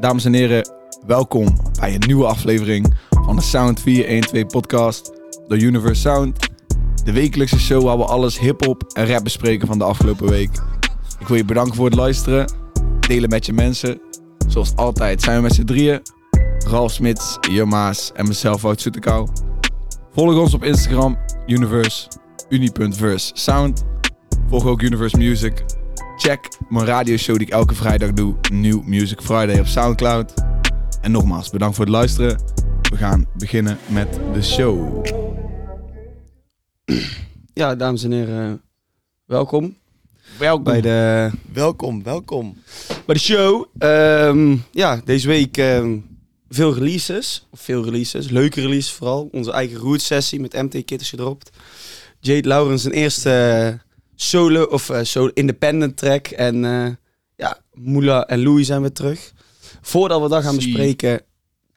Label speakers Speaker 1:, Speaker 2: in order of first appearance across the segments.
Speaker 1: Dames en heren, welkom bij een nieuwe aflevering van de Sound 412 podcast door Universe Sound. De wekelijkse show waar we alles hip-hop en rap bespreken van de afgelopen week. Ik wil je bedanken voor het luisteren, delen met je mensen. Zoals altijd zijn we met z'n drieën. Ralf Smits, Jamaas en mezelf Wout Soetekau. Volg ons op Instagram, universe, uni.verse sound. Volg ook Universe Music. Check mijn radioshow die ik elke vrijdag doe, New Music Friday op Soundcloud. En nogmaals, bedankt voor het luisteren. We gaan beginnen met de show.
Speaker 2: Ja, dames en heren, welkom. Welkom bij de,
Speaker 3: Welkom, welkom.
Speaker 2: bij de show. Ehm, ja, deze week ehm, veel releases. Of veel releases, leuke releases vooral. Onze eigen Root sessie met MT Kit is gedropt. Jade Laurens zijn eerste eh, solo of eh, solo independent track. En eh, ja, Moula en Louis zijn weer terug. Voordat we dat gaan
Speaker 1: Zie.
Speaker 2: bespreken,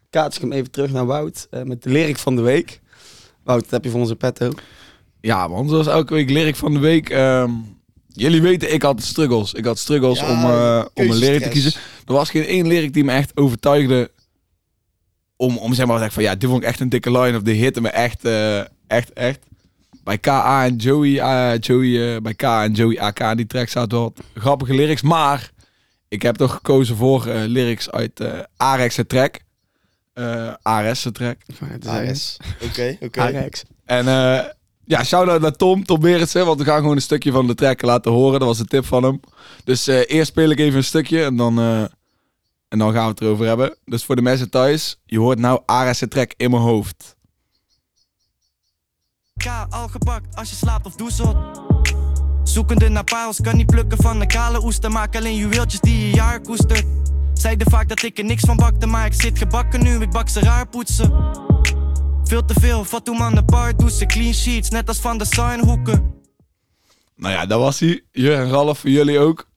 Speaker 2: kaats ik hem even terug naar Wout eh, met de lyric van de week. Wout, dat heb je voor onze petto.
Speaker 1: Ja man, zoals elke week lyric van de week. ehm, jullie weten, ik had struggles. Ik had struggles
Speaker 3: Ja,
Speaker 1: om, eh, om een lyric te
Speaker 3: keuzestress.
Speaker 1: kiezen. Er was geen één lyric die me echt overtuigde. Om, om zeg maar te zeggen van ja, dit vond ik echt een dikke line. Of dit hitte me echt, eh, echt, echt. Bij KA en Joey, eh, Joey eh, bij KA en Joey AK in die track zaten wel wat grappige lyrics. Maar ik heb toch gekozen voor eh, lyrics uit eh Arex' track. eh Ares' track.
Speaker 3: Ares. Oké, oké.
Speaker 2: Arex.
Speaker 1: En eh, ja, shout-out naar Tom, Tom Berendsen, want we gaan gewoon een stukje van de track laten horen. Dat was de tip van hem. Dus eh, eerst speel ik even een stukje en dan, eh, en dan gaan we het erover hebben. Dus voor de mensen thuis, je hoort nou Ares' track in mijn hoofd.
Speaker 4: K al gepakt als je slaapt of doezelt. Zoekende naar parels, kan niet plukken van een kale oester. Maak alleen juweeltjes die je jaar koestert. Zeiden vaak dat ik er niks van bakte, maar ik zit gebakken nu, ik bak ze raar poetsen. Veel te veel, Fatou man de bar doet ze clean sheets, net als van de signhoeken.
Speaker 1: Nou ja, dat was hij. Je en Ralf, voor jullie ook.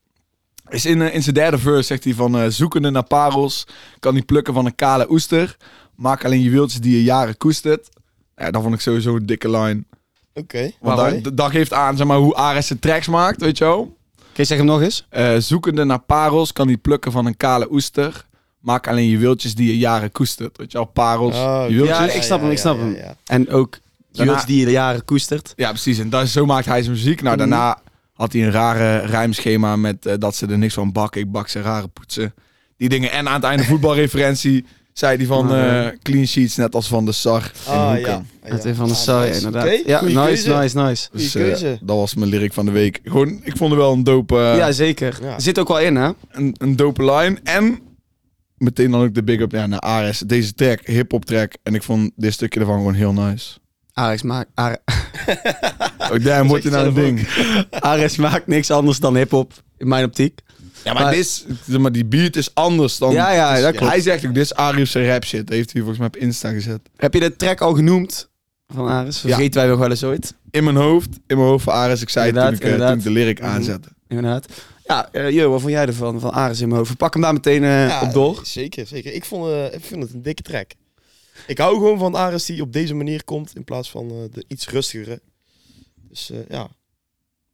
Speaker 1: Is in, eh, in zijn derde verse zegt hij van eh, zoekende naar parels, kan niet plukken van een kale oester. Maak alleen juweeltjes die je jaren koestert. Ja, dat vond ik sowieso een dikke line.
Speaker 3: Oké.
Speaker 1: Want
Speaker 3: Waarom?
Speaker 1: dat, dat geeft aan zeg maar, hoe Ares zijn tracks maakt, weet je wel.
Speaker 2: Kun je zeggen hem nog eens?
Speaker 1: Eh, zoekende naar parels kan niet plukken van een kale oester. Maak alleen je wiltjes die je jaren koestert. Weet je al, parels,
Speaker 3: Oh,
Speaker 1: je wiltjes.
Speaker 2: Ja,
Speaker 1: Ja,
Speaker 2: ik snap hem, ik snap hem. En ook
Speaker 1: Daarna-
Speaker 2: Jules die je de jaren koestert.
Speaker 1: precies. En dat, zo maakt hij zijn muziek. Nou, daarna
Speaker 2: Mm.
Speaker 1: had hij een rare rijmschema met eh, dat ze er niks van bakken. Ik bak ze rare poetsen. Die dingen. En aan het einde voetbalreferentie zei hij van
Speaker 2: Ah.
Speaker 1: eh, clean sheets, net als van de Sar. in
Speaker 3: Ah,
Speaker 1: Hoeken.
Speaker 3: ja.
Speaker 2: Het is van de saai, inderdaad. ja,
Speaker 3: ja,
Speaker 2: nice, nice, nice.
Speaker 1: Dus
Speaker 3: Goeie
Speaker 1: eh,
Speaker 3: keuze.
Speaker 1: dat was mijn lyric van de week. Gewoon, ik vond er wel een dope... eh,
Speaker 2: ja, zeker.
Speaker 3: ja.
Speaker 2: Zit ook wel in, hè?
Speaker 1: een, een dope line. En meteen dan ook de big up ja, naar Ares. Deze track, hip-hop track. En ik vond dit stukje ervan gewoon heel nice.
Speaker 2: Ares maakt, Are-
Speaker 1: Ook daar wordt je
Speaker 3: zegt
Speaker 1: naar een
Speaker 3: zelf
Speaker 1: ding.
Speaker 2: Ares maakt niks anders dan hip-hop, in mijn optiek.
Speaker 1: Ja,
Speaker 2: Maar-
Speaker 1: maar, dit is, zeg maar die beat is anders dan.
Speaker 2: Ja, ja, dat
Speaker 1: Dus
Speaker 2: klopt.
Speaker 1: Hij zegt ook: Dit is Ares' rap shit. Dat heeft hij volgens mij op Insta gezet.
Speaker 2: Heb je de track al genoemd van Ares? Vergeten wij nog wel eens ooit.
Speaker 1: In mijn hoofd, in mijn hoofd van Ares. Ik zei het toen
Speaker 2: Inderdaad,
Speaker 1: ik, eh, toen ik
Speaker 2: inderdaad.
Speaker 1: de lyric
Speaker 2: Mhm.
Speaker 1: aanzette.
Speaker 2: Inderdaad. Ja, eh, Jo, wat vond jij ervan? Van Ares in mijn hoofd. Pak hem daar meteen eh, op door.
Speaker 3: Zeker, zeker. Ik vond, eh, ik vond het een dikke track. Ik hou gewoon van Ares die op deze manier komt in plaats van eh, de iets rustigere. Dus eh, ja,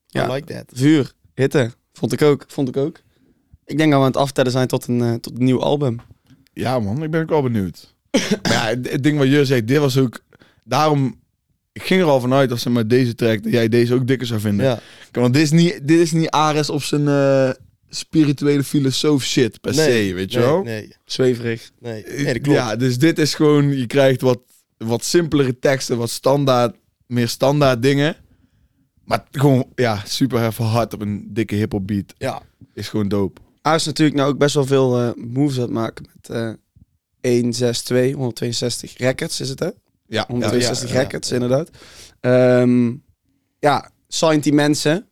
Speaker 2: Ja.
Speaker 3: I like that.
Speaker 2: Vuur, hitte. Vond ik ook, vond ik ook. Ik denk dat we aan het aftellen zijn tot een, eh, tot een nieuw album.
Speaker 1: Ja, man, ik ben ook wel benieuwd. maar ja, het het ding wat je zegt, dit was ook. Daarom. Ik ging er al vanuit dat ze met deze track. dat jij deze ook dikker zou vinden.
Speaker 3: Ja.
Speaker 1: Kijk, want dit is niet, dit is niet Ares op zijn eh, spirituele filosoof shit per se, weet je
Speaker 3: nee,
Speaker 1: wel?
Speaker 3: Nee,
Speaker 2: Zweverig.
Speaker 3: nee, nee, dat klopt.
Speaker 1: Ja, dus dit is gewoon, je krijgt wat, wat simpelere teksten, wat standaard, meer standaard dingen. Maar gewoon, ja, super even hard op een dikke hip-hop beat.
Speaker 3: Ja.
Speaker 1: Is gewoon dope.
Speaker 2: Aars natuurlijk nou ook best wel veel eh, moves aan het maken met eh 162, 162 records is het hè?
Speaker 1: Ja,
Speaker 2: 162
Speaker 3: ja, ja, ja.
Speaker 2: records inderdaad. Ehm, ja, signed die mensen.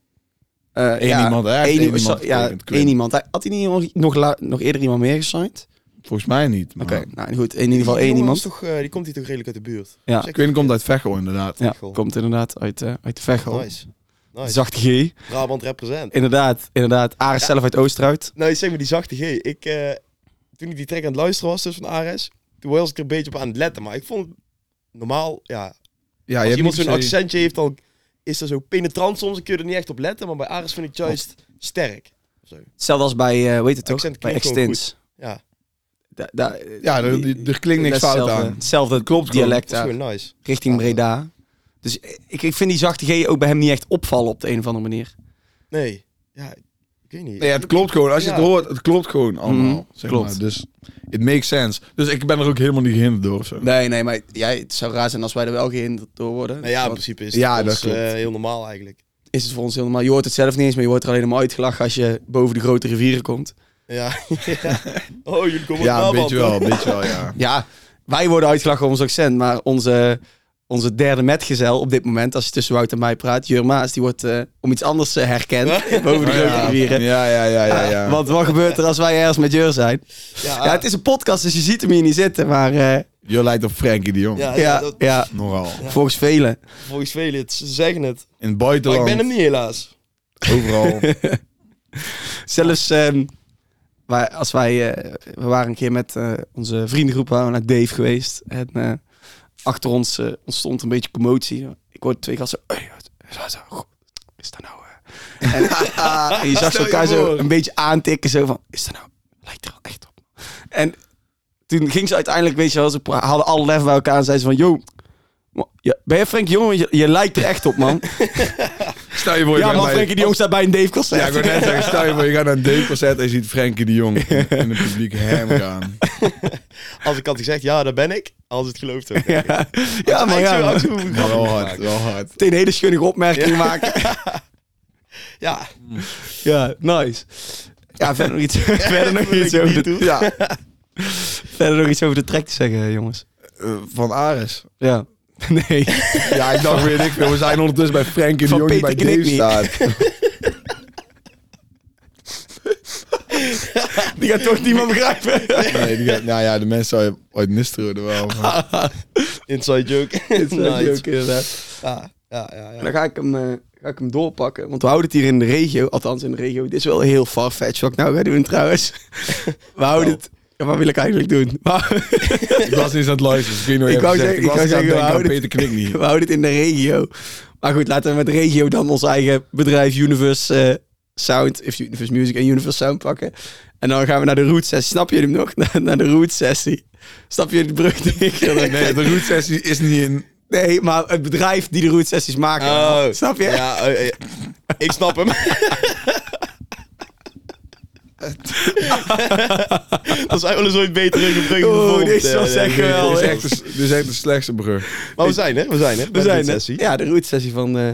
Speaker 2: Eh,
Speaker 1: Eén iemand, hè? Hij heeft
Speaker 2: één
Speaker 1: één iemand
Speaker 2: iemand. Ja,
Speaker 1: getekend, ik weet
Speaker 2: één
Speaker 1: het.
Speaker 2: iemand. Hij- Had hij niet nog, nog, la- nog eerder iemand meer gesigned?
Speaker 1: Volgens mij niet. maar-
Speaker 2: Oké, nou goed, in ieder geval één
Speaker 3: Die jongen is
Speaker 2: iemand.
Speaker 3: Toch, eh, die komt hier toch redelijk uit de buurt.
Speaker 2: Ja.
Speaker 3: Dus
Speaker 1: Ik weet niet, komt uit Veghel inderdaad.
Speaker 2: Ja,
Speaker 3: Vechel.
Speaker 2: komt inderdaad uit, eh uit Veghel.
Speaker 3: Nice. Nice.
Speaker 2: Zachte G.
Speaker 3: Brabant represent.
Speaker 2: Inderdaad, inderdaad. Ares zelf uit Oosterhout.
Speaker 3: Nou, zeg maar die zachte G. Ik, eh, toen ik die track aan het luisteren was, dus van Ares, toen was ik er een beetje op aan het letten. Maar ik vond normaal, ja, als
Speaker 1: Ja, je hebt
Speaker 3: iemand
Speaker 1: niet
Speaker 3: zo'n
Speaker 1: per se-
Speaker 3: accentje heeft, dan is dat zo penetrant soms. Dan kun je er niet echt op letten, maar bij Ares vind ik juist sterk.
Speaker 2: Hetzelfde als bij, eh weet het toch?
Speaker 3: Accent
Speaker 2: Bij
Speaker 3: klinkt gewoon
Speaker 2: Extins.
Speaker 3: Ja,
Speaker 2: Da- da-
Speaker 1: Ja, er,
Speaker 2: die-
Speaker 1: er klinkt niks
Speaker 2: dat is
Speaker 1: fout
Speaker 2: hetzelfde-
Speaker 1: aan.
Speaker 2: Hetzelfde
Speaker 1: Klopt,
Speaker 2: klopt,
Speaker 1: klopt.
Speaker 2: dialect
Speaker 3: Dat is
Speaker 2: daar,
Speaker 3: gewoon nice.
Speaker 2: richting Breda. Dus ik, ik vind die zachte G ook bij hem niet echt opvallen op de een of andere manier.
Speaker 3: Nee. Ja, ik weet niet.
Speaker 1: Nee, het klopt gewoon. Als je het
Speaker 3: Ja.
Speaker 1: hoort, het klopt gewoon allemaal.
Speaker 2: Mhm,
Speaker 1: zeg
Speaker 2: klopt.
Speaker 1: Maar. Dus it makes sense. Dus ik ben er ook helemaal niet gehinderd door of zo.
Speaker 2: Nee, nee, maar jij, het zou raar zijn als wij er wel gehinderd door worden.
Speaker 3: Nou ja, in
Speaker 2: Want
Speaker 3: principe is
Speaker 1: Ja,
Speaker 3: het
Speaker 1: dat
Speaker 3: ons,
Speaker 1: klopt.
Speaker 3: eh, heel normaal eigenlijk.
Speaker 2: is het voor ons helemaal... Je hoort het zelf niet eens, maar je wordt er alleen maar uitgelachen als je boven de grote rivieren komt.
Speaker 3: Ja. oh, jullie komen
Speaker 1: Ja,
Speaker 3: uit
Speaker 1: een
Speaker 3: Brabant,
Speaker 1: beetje
Speaker 3: hoor.
Speaker 1: wel, een beetje wel, ja.
Speaker 2: Ja, wij worden uitgelachen om ons accent, maar onze, onze derde metgezel op dit moment, als je tussen Wout en mij praat, Jurmaas, die wordt eh, om iets anders eh, herkend boven de
Speaker 1: Oh,
Speaker 2: grote
Speaker 1: ja.
Speaker 2: rivieren.
Speaker 1: Ja, ja, ja, ja. ja. Ah.
Speaker 2: Want wat gebeurt er als wij ergens met Jur zijn?
Speaker 3: Ja,
Speaker 2: Ja, het is een podcast, dus je ziet hem hier niet zitten, maar eh,
Speaker 1: Je lijkt op Frankie de Jong.
Speaker 3: ja,
Speaker 2: ja, ja,
Speaker 3: dat-
Speaker 1: Nogal.
Speaker 2: volgens velen.
Speaker 3: volgens velen, het- ze zeggen het.
Speaker 1: In het
Speaker 3: Maar
Speaker 1: buitenland.
Speaker 2: Oh,
Speaker 3: ik ben hem niet helaas.
Speaker 1: Overal.
Speaker 2: Zelfs ehm, wij, als wij, eh, we waren een keer met eh, onze vriendengroep waren we naar Dave geweest. En eh, achter ons eh, ontstond een beetje commotie. Ik hoorde twee gasten, hey, wat- wat- wat- wat- is dat nou... eh?" En, ah, en je zag ze
Speaker 1: Stel je
Speaker 2: elkaar zo
Speaker 1: voor.
Speaker 2: een beetje aantikken, zo van, is dat nou, lijkt er wel echt op. En toen ging ze uiteindelijk, weet je wel, ze pra- hadden alle lef bij elkaar en zeiden ze van, yo, ma- ja, ben je Frank Jongen? Je, je lijkt er echt op, man.
Speaker 1: Stel je voor, je
Speaker 2: ja,
Speaker 1: gaat
Speaker 2: man,
Speaker 1: bij-
Speaker 2: Frankie de Jong staat bij een Dave concert.
Speaker 1: Ja, ik wou net zeggen, stel je voor, je gaat naar een dateconcert en je ziet Frankie de Jong in in het publiek hem gaan.
Speaker 3: Als ik had gezegd, ja, daar ben ik. Als het geloofd ook.
Speaker 2: Ja, ja maar ja. man.
Speaker 1: Maar wel hard, wel hard.
Speaker 2: Meteen een hele schunnige opmerking maken.
Speaker 3: Ja,
Speaker 2: Ja, nice. Ja, verder nog iets, verder nog
Speaker 3: wil
Speaker 2: iets
Speaker 3: ik
Speaker 2: over
Speaker 3: niet
Speaker 2: de,
Speaker 3: doen.
Speaker 2: ja. verder nog iets over de track te zeggen, jongens.
Speaker 1: Eh, van Ares.
Speaker 2: Ja. Nee.
Speaker 1: Ja, ik dacht weer, ik veel. We zijn ondertussen bij Frankie de
Speaker 2: Van
Speaker 1: Jong die bij
Speaker 2: Peter
Speaker 1: Dave
Speaker 2: Knikkie.
Speaker 1: staat.
Speaker 2: Die gaat toch niemand begrijpen.
Speaker 1: Nee, die, gaat- nou ja, de mensen zou je ooit Nistro er wel. maar-
Speaker 3: inside joke. Nice. Ja, ja, ja. ja.
Speaker 2: Dan ga ik, hem, eh, ga ik hem doorpakken. Want we houden het hier in de regio. Althans, in de regio. Dit is wel heel farfetched wat ik nou ga doen trouwens. We houden het... Ja, wat wil ik eigenlijk doen? Maar-
Speaker 1: Ik was eens aan het luisteren, dus ik weet niet
Speaker 2: Ik
Speaker 1: wat
Speaker 2: wou
Speaker 1: je hebt gezegd.
Speaker 2: zeggen,
Speaker 1: Ik was eens
Speaker 2: ik wou
Speaker 1: aan het
Speaker 2: zeggen, we
Speaker 1: denken aan
Speaker 2: houden
Speaker 1: Peter
Speaker 2: het-
Speaker 1: Knik niet.
Speaker 2: we houden het in de regio. Maar goed, laten we met regio dan ons eigen bedrijf Universe eh, Sound, of Universe Music en Universe Sound pakken. En dan gaan we naar de root sessie. Snap jullie hem nog? Naar, naar de root sessie. Snap je de brug die ik wil maken?
Speaker 1: Nee, de route-sessie is niet in...
Speaker 2: Nee, maar het bedrijf die de root sessies maken.
Speaker 3: Oh.
Speaker 2: Snap je?
Speaker 3: Ja, eh, eh, ik snap hem. dat zijn wel eens ooit betere gebruggen.
Speaker 2: Oh,
Speaker 3: gevormd,
Speaker 2: dit is
Speaker 3: eh,
Speaker 2: wel
Speaker 3: denk
Speaker 2: echt
Speaker 3: ik.
Speaker 2: geweldig.
Speaker 1: Dit is
Speaker 2: Oh,
Speaker 1: echt de, s- dit is echt de slechtste brug.
Speaker 3: Maar we zijn er, we zijn er.
Speaker 2: We zijn er.
Speaker 3: sessie.
Speaker 2: Ja, de root sessie van eh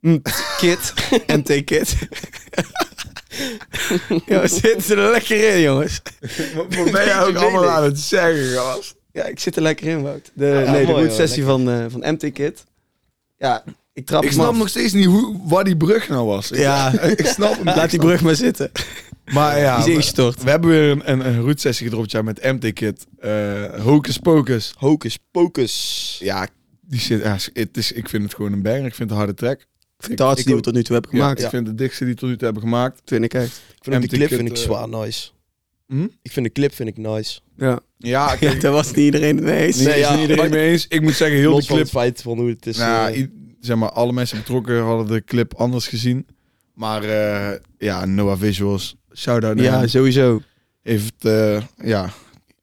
Speaker 1: Mm.
Speaker 2: M- Kit. MT Kit. ja, we zitten er lekker in, jongens.
Speaker 1: Wat ben jij ook allemaal aan het zeggen, gast?
Speaker 2: Ja, ik zit er lekker in, Wout. De,
Speaker 3: ja,
Speaker 2: nee, de
Speaker 3: mooi,
Speaker 2: root sessie
Speaker 3: hoor.
Speaker 2: van, eh, van MT Kit. Ja, ik trap
Speaker 1: Ik
Speaker 2: hem
Speaker 1: snap
Speaker 2: af.
Speaker 1: nog steeds niet hoe, waar die brug nou was. Ik-
Speaker 2: Ja.
Speaker 1: Ik snap hem.
Speaker 2: Laat die brug maar zitten.
Speaker 1: Maar ja,
Speaker 2: Die is
Speaker 1: we,
Speaker 2: ingestort.
Speaker 1: we hebben weer een, een, een route-sessie gedropt ja, met MT-Kit. eh Hocus Pocus.
Speaker 3: Hocus pocus.
Speaker 1: Ja, die zit, ja, het is, ik vind het gewoon een banger. Ik vind het een harde track.
Speaker 2: Ik vind het hardste die we
Speaker 1: ook.
Speaker 2: tot nu toe hebben
Speaker 1: Ja,
Speaker 2: gemaakt.
Speaker 1: Ik vind de dikste die tot nu toe hebben gemaakt.
Speaker 2: Vind ik echt.
Speaker 3: Ik vind ook
Speaker 1: Empty
Speaker 3: de clip
Speaker 1: Kid,
Speaker 3: vind ik
Speaker 1: eh,
Speaker 3: zwaar nice.
Speaker 1: Hm?
Speaker 3: Ik vind de clip vind ik nice.
Speaker 2: Ja.
Speaker 1: Ja, ik
Speaker 2: ja, daar was niet iedereen het mee eens.
Speaker 1: nee,
Speaker 3: Nee,
Speaker 1: is
Speaker 3: ja,
Speaker 1: niet iedereen
Speaker 3: maar-
Speaker 1: mee eens. Ik moet zeggen, heel
Speaker 3: Heel
Speaker 1: de
Speaker 3: Los van
Speaker 1: clip...
Speaker 3: het feit van hoe het is.
Speaker 1: nou,
Speaker 3: eh,
Speaker 1: i- zeg maar, alle mensen betrokken hadden de clip anders gezien. Maar eh, ja, Noah Visuals, shout-out naar
Speaker 2: Ja,
Speaker 1: hem.
Speaker 2: sowieso.
Speaker 1: Heeft, eh, ja,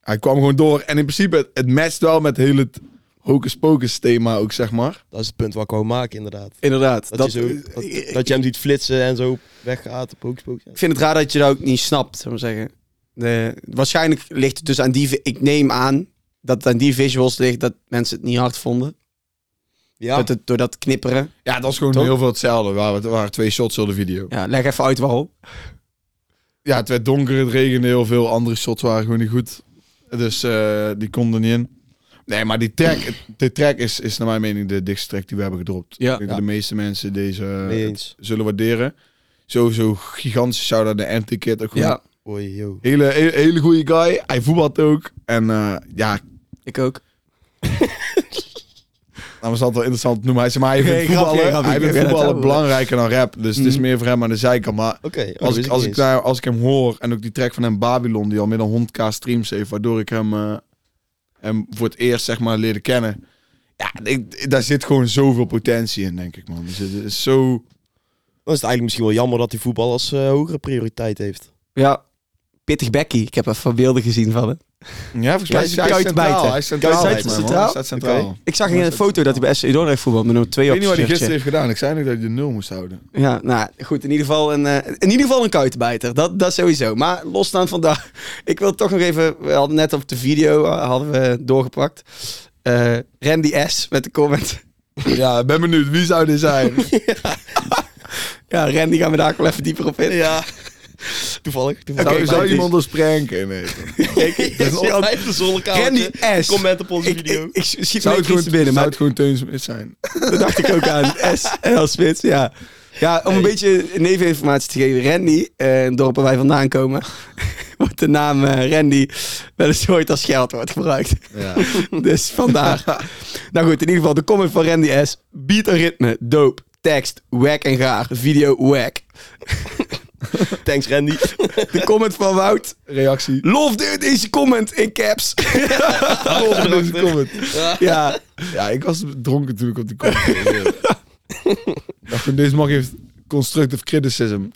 Speaker 1: hij kwam gewoon door. En in principe, het, het matcht wel met heel het hocus pocus thema ook, zeg maar.
Speaker 3: dat is het punt waar ik wou maken inderdaad.
Speaker 2: Inderdaad.
Speaker 3: Dat,
Speaker 2: Dat, eh,
Speaker 3: je, zo, dat, dat je hem ziet flitsen en zo weggaat op Hocus Pocus.
Speaker 2: Ik vind het raar dat je dat ook niet snapt, zou ik maar zeggen. De, waarschijnlijk ligt het dus aan die... vi- Ik neem aan dat het aan die visuals ligt dat mensen het niet hard vonden.
Speaker 3: Ja,
Speaker 2: Dat het, door dat knipperen.
Speaker 1: Ja, dat was gewoon
Speaker 2: Toch?
Speaker 1: heel veel hetzelfde. Er waren, er waren twee shots op de video.
Speaker 2: Ja, leg even uit waarom.
Speaker 1: Ja, het werd donker, het regende heel veel. Andere shots waren gewoon niet goed. Dus eh, die konden niet in. Nee, maar die track, de track is, is naar mijn mening de dikste track die we hebben gedropt.
Speaker 2: Ja.
Speaker 1: Ik denk dat de meeste mensen deze
Speaker 3: mee
Speaker 1: eh,
Speaker 3: eens.
Speaker 1: zullen waarderen. Sowieso gigantisch shout-out naar MT Kid. Ook gewoon
Speaker 2: Ja,
Speaker 3: Oei, yo.
Speaker 1: een hele, hele, hele goede guy. Hij voetbalt ook. En eh, ja,
Speaker 2: ik ook.
Speaker 1: nou was altijd wel interessant te noemen. Hij, zei, maar hij vindt
Speaker 2: Nee, grapje,
Speaker 1: voetballen,
Speaker 2: grapje.
Speaker 1: hij
Speaker 2: Ik
Speaker 1: vindt
Speaker 2: ben het
Speaker 1: voetballen
Speaker 2: ook.
Speaker 1: belangrijker dan rap. Dus het is
Speaker 2: Mhm.
Speaker 1: meer voor hem aan de zijkant. Maar
Speaker 3: Oké, oh, dat
Speaker 1: als,
Speaker 3: wist
Speaker 1: ik, als,
Speaker 3: niet
Speaker 1: ik,
Speaker 3: eens.
Speaker 1: daar, als ik hem hoor en ook die track van hem Babylon, die al meer dan 100k streams heeft, waardoor ik hem, eh, hem voor het eerst zeg maar leerde kennen. Ja, ik, daar zit gewoon zoveel potentie in, denk ik, man. Dus het is zo.
Speaker 3: Dan is het eigenlijk misschien wel jammer dat die voetbal als eh, hogere prioriteit heeft.
Speaker 2: Ja. Pittig Becky. Ik heb even beelden gezien van het.
Speaker 1: Ja, volgens mij
Speaker 2: Ja,
Speaker 1: is hij
Speaker 2: Kuit
Speaker 1: centraal.
Speaker 2: bijten.
Speaker 1: Hij is centraal.
Speaker 2: Kuit
Speaker 1: volgens mij,
Speaker 2: bijten.
Speaker 1: man. Hij staat centraal.
Speaker 3: Oké.
Speaker 2: Ik zag in een foto dat hij bij SC Dordrecht heeft voetbal met nummer 2
Speaker 1: Ik
Speaker 2: op
Speaker 1: weet niet wat hij gisteren
Speaker 2: zijn shirtje.
Speaker 1: heeft gedaan. Ik zei nog dat je de nul moest houden.
Speaker 2: Ja, nou goed, in ieder geval een, eh, in ieder geval een kuitenbijter. Dat, dat sowieso. Maar losstaan vandaag. Ik wil toch nog even, we hadden net op de video eh, hadden we doorgepakt. Eh, Randy S met de comment.
Speaker 1: Ja, ben benieuwd. Wie zou dit zijn?
Speaker 2: Ja, Randy gaan we daar ook wel even dieper op in.
Speaker 3: Ja. Toevallig. toevallig.
Speaker 1: zou
Speaker 2: Oké,
Speaker 1: zou
Speaker 2: maar het
Speaker 1: iemand ons pranken? Nee.
Speaker 3: Kijk, dat is
Speaker 1: Ja,
Speaker 3: een vijfde zonnekaartje.
Speaker 2: Randy S.
Speaker 3: Comment op onze
Speaker 2: ik,
Speaker 3: video.
Speaker 2: ik, ik schiet me
Speaker 1: Zou het
Speaker 2: even
Speaker 1: gewoon,
Speaker 2: iets te binnen,
Speaker 1: zou
Speaker 2: maar
Speaker 1: het gewoon Teun Smit zijn?
Speaker 2: dat dacht ik ook aan. S en als spits, ja. Ja, om een beetje neveninformatie te geven. Randy, eh, een dorp waar wij vandaan komen, wordt de naam eh, Randy wel eens ooit als scheldwoord gebruikt.
Speaker 1: Ja.
Speaker 2: Dus vandaar. nou goed, in ieder geval de comment van Randy S. Beat en ritme, dope, tekst, wack en gaar, video wack.
Speaker 3: Thanks Randy.
Speaker 2: De comment van Wout.
Speaker 1: Reactie.
Speaker 2: Love de- deze comment in caps.
Speaker 1: Volgende comment.
Speaker 2: ja,
Speaker 1: Ja, ik was dronken toen ik op die kop dacht, deze mag heeft constructive criticism. I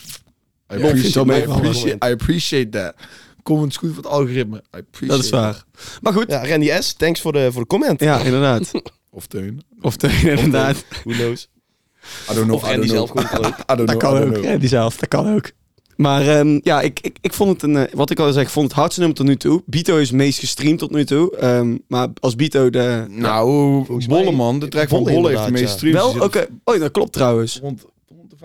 Speaker 2: vind ik
Speaker 1: appreciate,
Speaker 2: wel
Speaker 1: I
Speaker 2: meevallen.
Speaker 1: appreciate, I appreciate that. Comments goed voor het algoritme. I appreciate
Speaker 2: dat is
Speaker 1: that.
Speaker 2: waar. Maar goed.
Speaker 3: Ja, Randy S. Thanks voor de, voor de comment.
Speaker 2: Ja, inderdaad.
Speaker 1: Of Teun.
Speaker 2: Of twee, inderdaad.
Speaker 3: Who knows.
Speaker 1: I don't know.
Speaker 3: Of Randy
Speaker 1: I
Speaker 3: zelf
Speaker 1: don't know.
Speaker 3: gewoon kan ook.
Speaker 1: I don't know.
Speaker 2: Dat kan
Speaker 1: I don't
Speaker 2: ook.
Speaker 1: know.
Speaker 2: Ja, oh, die zelf, dat kan ook. Maar ehm, ja, ik, ik, ik vond het een, eh, wat ik al zei, ik vond het hardste nummer tot nu toe. Bito is het meest gestreamd tot nu toe. Ehm, maar als Bito de...
Speaker 1: Nou,
Speaker 3: Volgens mij-
Speaker 1: Bolleman, de track van
Speaker 3: Bolle
Speaker 1: Bolle heeft de
Speaker 3: inderdaad,
Speaker 1: meest
Speaker 3: ja.
Speaker 1: streams.
Speaker 2: wel,
Speaker 1: Die
Speaker 2: oké.
Speaker 1: zit
Speaker 2: Oh, dat klopt trouwens.
Speaker 1: Rond, rond de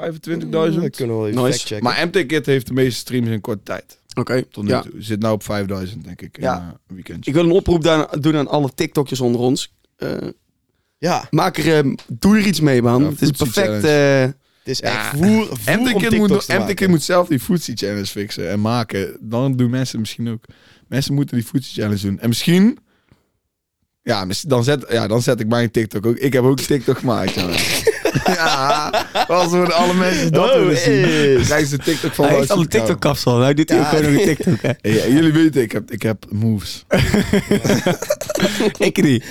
Speaker 1: 25.000.
Speaker 3: Dat kunnen we wel even
Speaker 2: Nice.
Speaker 3: factchecken.
Speaker 1: maar MT Kid heeft de meeste streams in korte tijd.
Speaker 2: Oké,
Speaker 1: Tot nu
Speaker 2: ja.
Speaker 1: toe. Zit nou op 5000, denk ik.
Speaker 2: Ja.
Speaker 1: In eh, een weekendje.
Speaker 2: Ik wil een oproep daar, doen aan alle TikTokjes onder ons. Eh,
Speaker 3: ja,
Speaker 2: maak er, eh, doe er iets mee, man.
Speaker 1: Ja,
Speaker 2: het is
Speaker 1: voedsel
Speaker 2: perfect. eh,
Speaker 3: het is
Speaker 1: Ja.
Speaker 3: echt voer, voer om
Speaker 1: MTK
Speaker 3: TikToks
Speaker 1: moet,
Speaker 3: te maken.
Speaker 1: MTK moet zelf die foodie challenge fixen en maken. Dan doen mensen het misschien ook. Mensen moeten die foodie challenge doen. En misschien... Ja, mis- dan zet, ja, dan zet ik mijn TikTok ook. Ik heb ook TikTok gemaakt, jongen. ja, als we alle mensen dat
Speaker 3: Oh,
Speaker 1: willen zien.
Speaker 3: is.
Speaker 1: Krijgen ze TikTok van
Speaker 2: hij
Speaker 1: Wout
Speaker 2: heeft al een
Speaker 1: Zoetemelk.
Speaker 2: TikTok-kapsel. Hij doet hier
Speaker 3: Ja.
Speaker 2: ook gewoon nog een TikTok. hè.
Speaker 1: Ja, ja, jullie weten, ik heb, ik heb moves.
Speaker 2: ik niet.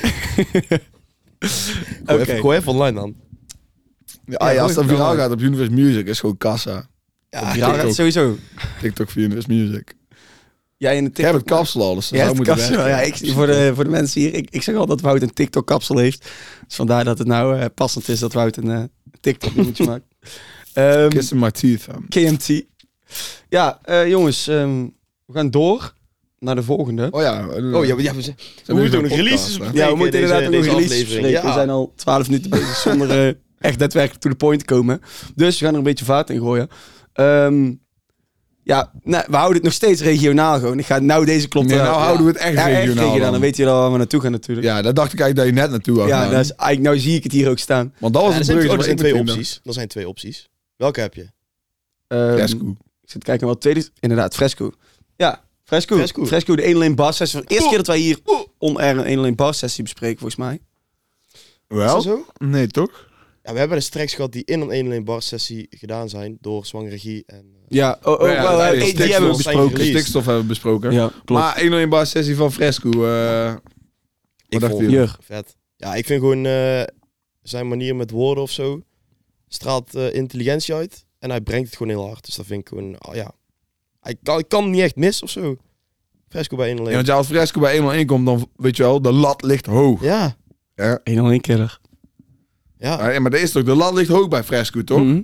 Speaker 3: Gooi,
Speaker 2: Oké.
Speaker 3: Oh, even, gooi even online dan.
Speaker 1: Ja, ah ja, als dat
Speaker 2: goed.
Speaker 1: viraal gaat op Universe Music, is gewoon kassa.
Speaker 3: Ja,
Speaker 2: Ja, dat
Speaker 1: TikTok.
Speaker 2: sowieso.
Speaker 1: Tiktok voor Universe Music.
Speaker 2: Jij in de
Speaker 1: Ik heb
Speaker 2: TikTok.
Speaker 1: het kapsel al, dus dat
Speaker 2: Ja,
Speaker 1: zou
Speaker 2: het
Speaker 1: moeten
Speaker 2: kapsel,
Speaker 1: werken.
Speaker 2: ja, ik, voor, de, voor de mensen hier, ik, ik zeg al dat Wout een TikTok-kapsel heeft. Dus vandaar dat het nou eh, passend is dat Wout een eh, TikTok-nummertje maakt. Ehm,
Speaker 1: Kiss in my teeth, man.
Speaker 2: KMT. Ja, eh, jongens, ehm, we gaan door naar de volgende.
Speaker 1: Oh eh, ja.
Speaker 3: Oh ja, ja, we zijn- we moeten nog releases
Speaker 1: bespreken.
Speaker 2: Ja, we
Speaker 3: Zeker,
Speaker 2: moeten
Speaker 3: deze-
Speaker 2: inderdaad ook nog
Speaker 3: deze
Speaker 2: releases
Speaker 3: aflevering.
Speaker 2: bespreken.
Speaker 3: Ja.
Speaker 2: We zijn al 12 minuten bezig zonder eh, echt daadwerkelijk to the point te komen. Dus we gaan er een beetje vaart in gooien. Ehm, ja, nou, we houden het nog steeds regionaal gewoon. Ik ga nou deze klopt.
Speaker 1: Nee,
Speaker 2: wel.
Speaker 1: nou
Speaker 2: Ja.
Speaker 1: houden we het echt
Speaker 2: Ja,
Speaker 1: regionaal
Speaker 2: Dan.
Speaker 1: dan.
Speaker 2: dan weet je al waar we naartoe gaan natuurlijk.
Speaker 1: Ja, daar dacht ik eigenlijk dat je net naartoe had.
Speaker 2: Ja,
Speaker 1: nou.
Speaker 2: dat is, eigenlijk, nou zie ik het hier ook staan.
Speaker 1: Want dat was
Speaker 3: Ja, er
Speaker 1: het
Speaker 3: zijn,
Speaker 1: bruggetje waar
Speaker 3: oh, er zijn
Speaker 1: ik
Speaker 3: twee
Speaker 1: naartoe
Speaker 3: opties. Er zijn twee opties. Welke heb je?
Speaker 2: Ehm,
Speaker 1: ben. Fresco.
Speaker 2: Ik zit te kijken wat tweede is. Inderdaad, Fresco. Ja, Fresco. Fresco,
Speaker 3: Fresco.
Speaker 2: de 1 alleen bar sessie. Voor de eerste keer dat wij hier on air een 1 alleen bar sessie bespreken volgens mij.
Speaker 1: Wel?
Speaker 3: Is dat zo?
Speaker 1: Nee, toch?
Speaker 3: Ja, we hebben dus tracks gehad die in een 1 1 bar sessie gedaan zijn door Zwang Regie. En, eh,
Speaker 2: Ja, oh, oh,
Speaker 1: Ja,
Speaker 2: wel,
Speaker 1: dat
Speaker 2: eh,
Speaker 1: is
Speaker 2: die,
Speaker 1: stikstof.
Speaker 2: hebben we
Speaker 3: Zijn
Speaker 2: besproken.
Speaker 3: Released.
Speaker 1: Stikstof hebben we besproken.
Speaker 2: Ja, klopt.
Speaker 1: Maar 101 bar sessie van Fresco. eh,
Speaker 3: ik
Speaker 1: dacht je?
Speaker 3: vond het
Speaker 2: Jur.
Speaker 3: vet. Ja, ik vind gewoon eh, zijn manier met woorden of zo straalt eh, intelligentie uit. En hij brengt het gewoon heel hard. Dus dat vind ik gewoon, ah, ja. Hij kan, ik kan niet echt mis of zo. Fresco bij 1
Speaker 1: ja,
Speaker 3: 1
Speaker 1: want ja, als Fresco bij 101 komt, dan weet je wel, de lat ligt hoog.
Speaker 3: Ja,
Speaker 2: 1 alleen killer.
Speaker 3: ja.
Speaker 1: Ja, maar dat is toch, de lat ligt hoog bij Fresco, toch?
Speaker 2: Mhm.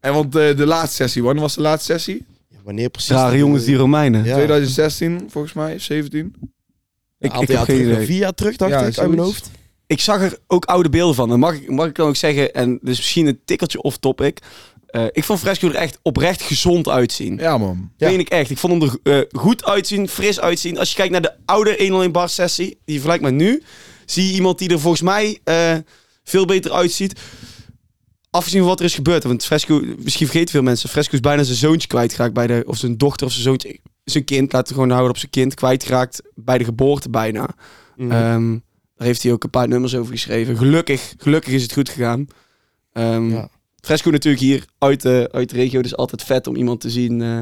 Speaker 1: En want eh, de laatste sessie, wanneer was de laatste sessie?
Speaker 3: Ja, Wanneer precies?
Speaker 2: Rare
Speaker 3: dat-
Speaker 2: jongens die Romeinen.
Speaker 3: Ja.
Speaker 1: 2016, volgens mij, 17.
Speaker 2: Ik,
Speaker 3: Een
Speaker 2: ik
Speaker 3: aantal
Speaker 2: heb
Speaker 3: jaar
Speaker 2: geen
Speaker 3: terug,
Speaker 2: idee.
Speaker 3: vier jaar terug dacht
Speaker 1: Ja,
Speaker 3: ik uit mijn
Speaker 1: zoiets.
Speaker 3: hoofd.
Speaker 2: Ik zag er ook oude beelden van. En mag ik, mag ik dan ook zeggen, en dus misschien een tikkeltje off-topic. eh, ik vond Fresco er echt oprecht gezond uitzien.
Speaker 1: Ja, man.
Speaker 3: Ja.
Speaker 2: Meen ik echt. Ik vond hem er eh, goed uitzien, fris uitzien. Als je kijkt naar de oude 101 bar sessie, die vergelijkt met nu, zie je iemand die er volgens mij eh, veel beter uitziet. Afgezien van wat er is gebeurd. Want Fresco, misschien vergeten veel mensen, Fresco is bijna zijn zoontje kwijtgeraakt bij de, of zijn dochter of zijn zoontje. Zijn kind, laten we gewoon houden op zijn kind, kwijtgeraakt bij de geboorte bijna.
Speaker 3: Mm. Mhm.
Speaker 2: Ehm, daar heeft hij ook een paar nummers over geschreven. Gelukkig, gelukkig is het goed gegaan. Ehm,
Speaker 3: Ja.
Speaker 2: Fresco natuurlijk hier uit de, uit de regio, dus altijd vet om iemand te zien. eh,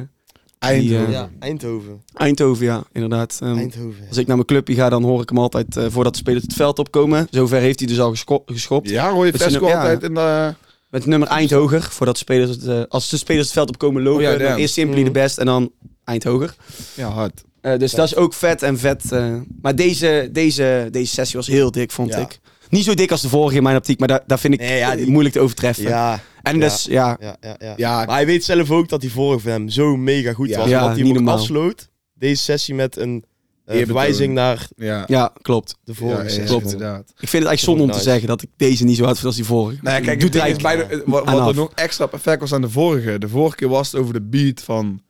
Speaker 1: Eindhoven.
Speaker 2: eh,
Speaker 3: Ja, Eindhoven.
Speaker 2: Eindhoven, ja, inderdaad. Ehm,
Speaker 3: Eindhoven.
Speaker 2: als ik naar mijn clubje ga, dan hoor ik hem altijd eh, voordat de spelers het veld opkomen. Zover heeft hij dus al gescho- geschopt.
Speaker 1: Ja, hoor je
Speaker 2: Dat is
Speaker 1: Fresco
Speaker 2: een- ja.
Speaker 1: altijd in de...
Speaker 2: Met het nummer Eindhoger, voordat de spelers het, eh, als de spelers het veld opkomen lopen,
Speaker 1: Oh ja,
Speaker 2: dan
Speaker 1: damn.
Speaker 2: is Simply de best en dan Eindhoger.
Speaker 1: Ja, hard.
Speaker 2: Eh, dus dat is ook vet en vet. eh, maar deze, deze, deze sessie was heel dik, vond
Speaker 3: Ja.
Speaker 2: ik. Niet zo dik als de vorige in mijn optiek, maar daar, daar vind ik
Speaker 3: Nee, ja, die-
Speaker 2: moeilijk te overtreffen.
Speaker 3: Ja,
Speaker 2: En
Speaker 3: Ja.
Speaker 2: dus, ja,
Speaker 3: ja, ja, ja.
Speaker 1: Ja,
Speaker 3: Maar hij weet zelf ook dat die vorige van hem zo mega goed
Speaker 1: Ja.
Speaker 3: was.
Speaker 2: Ja,
Speaker 3: dat hij
Speaker 2: niet
Speaker 3: hem ook
Speaker 2: normaal.
Speaker 3: afsloot. Deze sessie met een eh,
Speaker 1: Eerbetoon.
Speaker 3: verwijzing naar
Speaker 1: ja.
Speaker 2: ja, klopt.
Speaker 3: de vorige
Speaker 1: Ja, ja,
Speaker 3: sessie.
Speaker 2: klopt.
Speaker 1: inderdaad.
Speaker 2: Ik vind het eigenlijk zonde om te
Speaker 3: Nice.
Speaker 2: zeggen dat ik deze niet zo hard vind als die vorige.
Speaker 1: Nou ja, kijk,
Speaker 2: Doet
Speaker 1: het ding is
Speaker 2: eigenlijk-
Speaker 1: bijna, eh, wat,
Speaker 2: aan
Speaker 1: wat er
Speaker 2: af.
Speaker 1: nog extra perfect was aan de vorige. De vorige keer was het over de beat van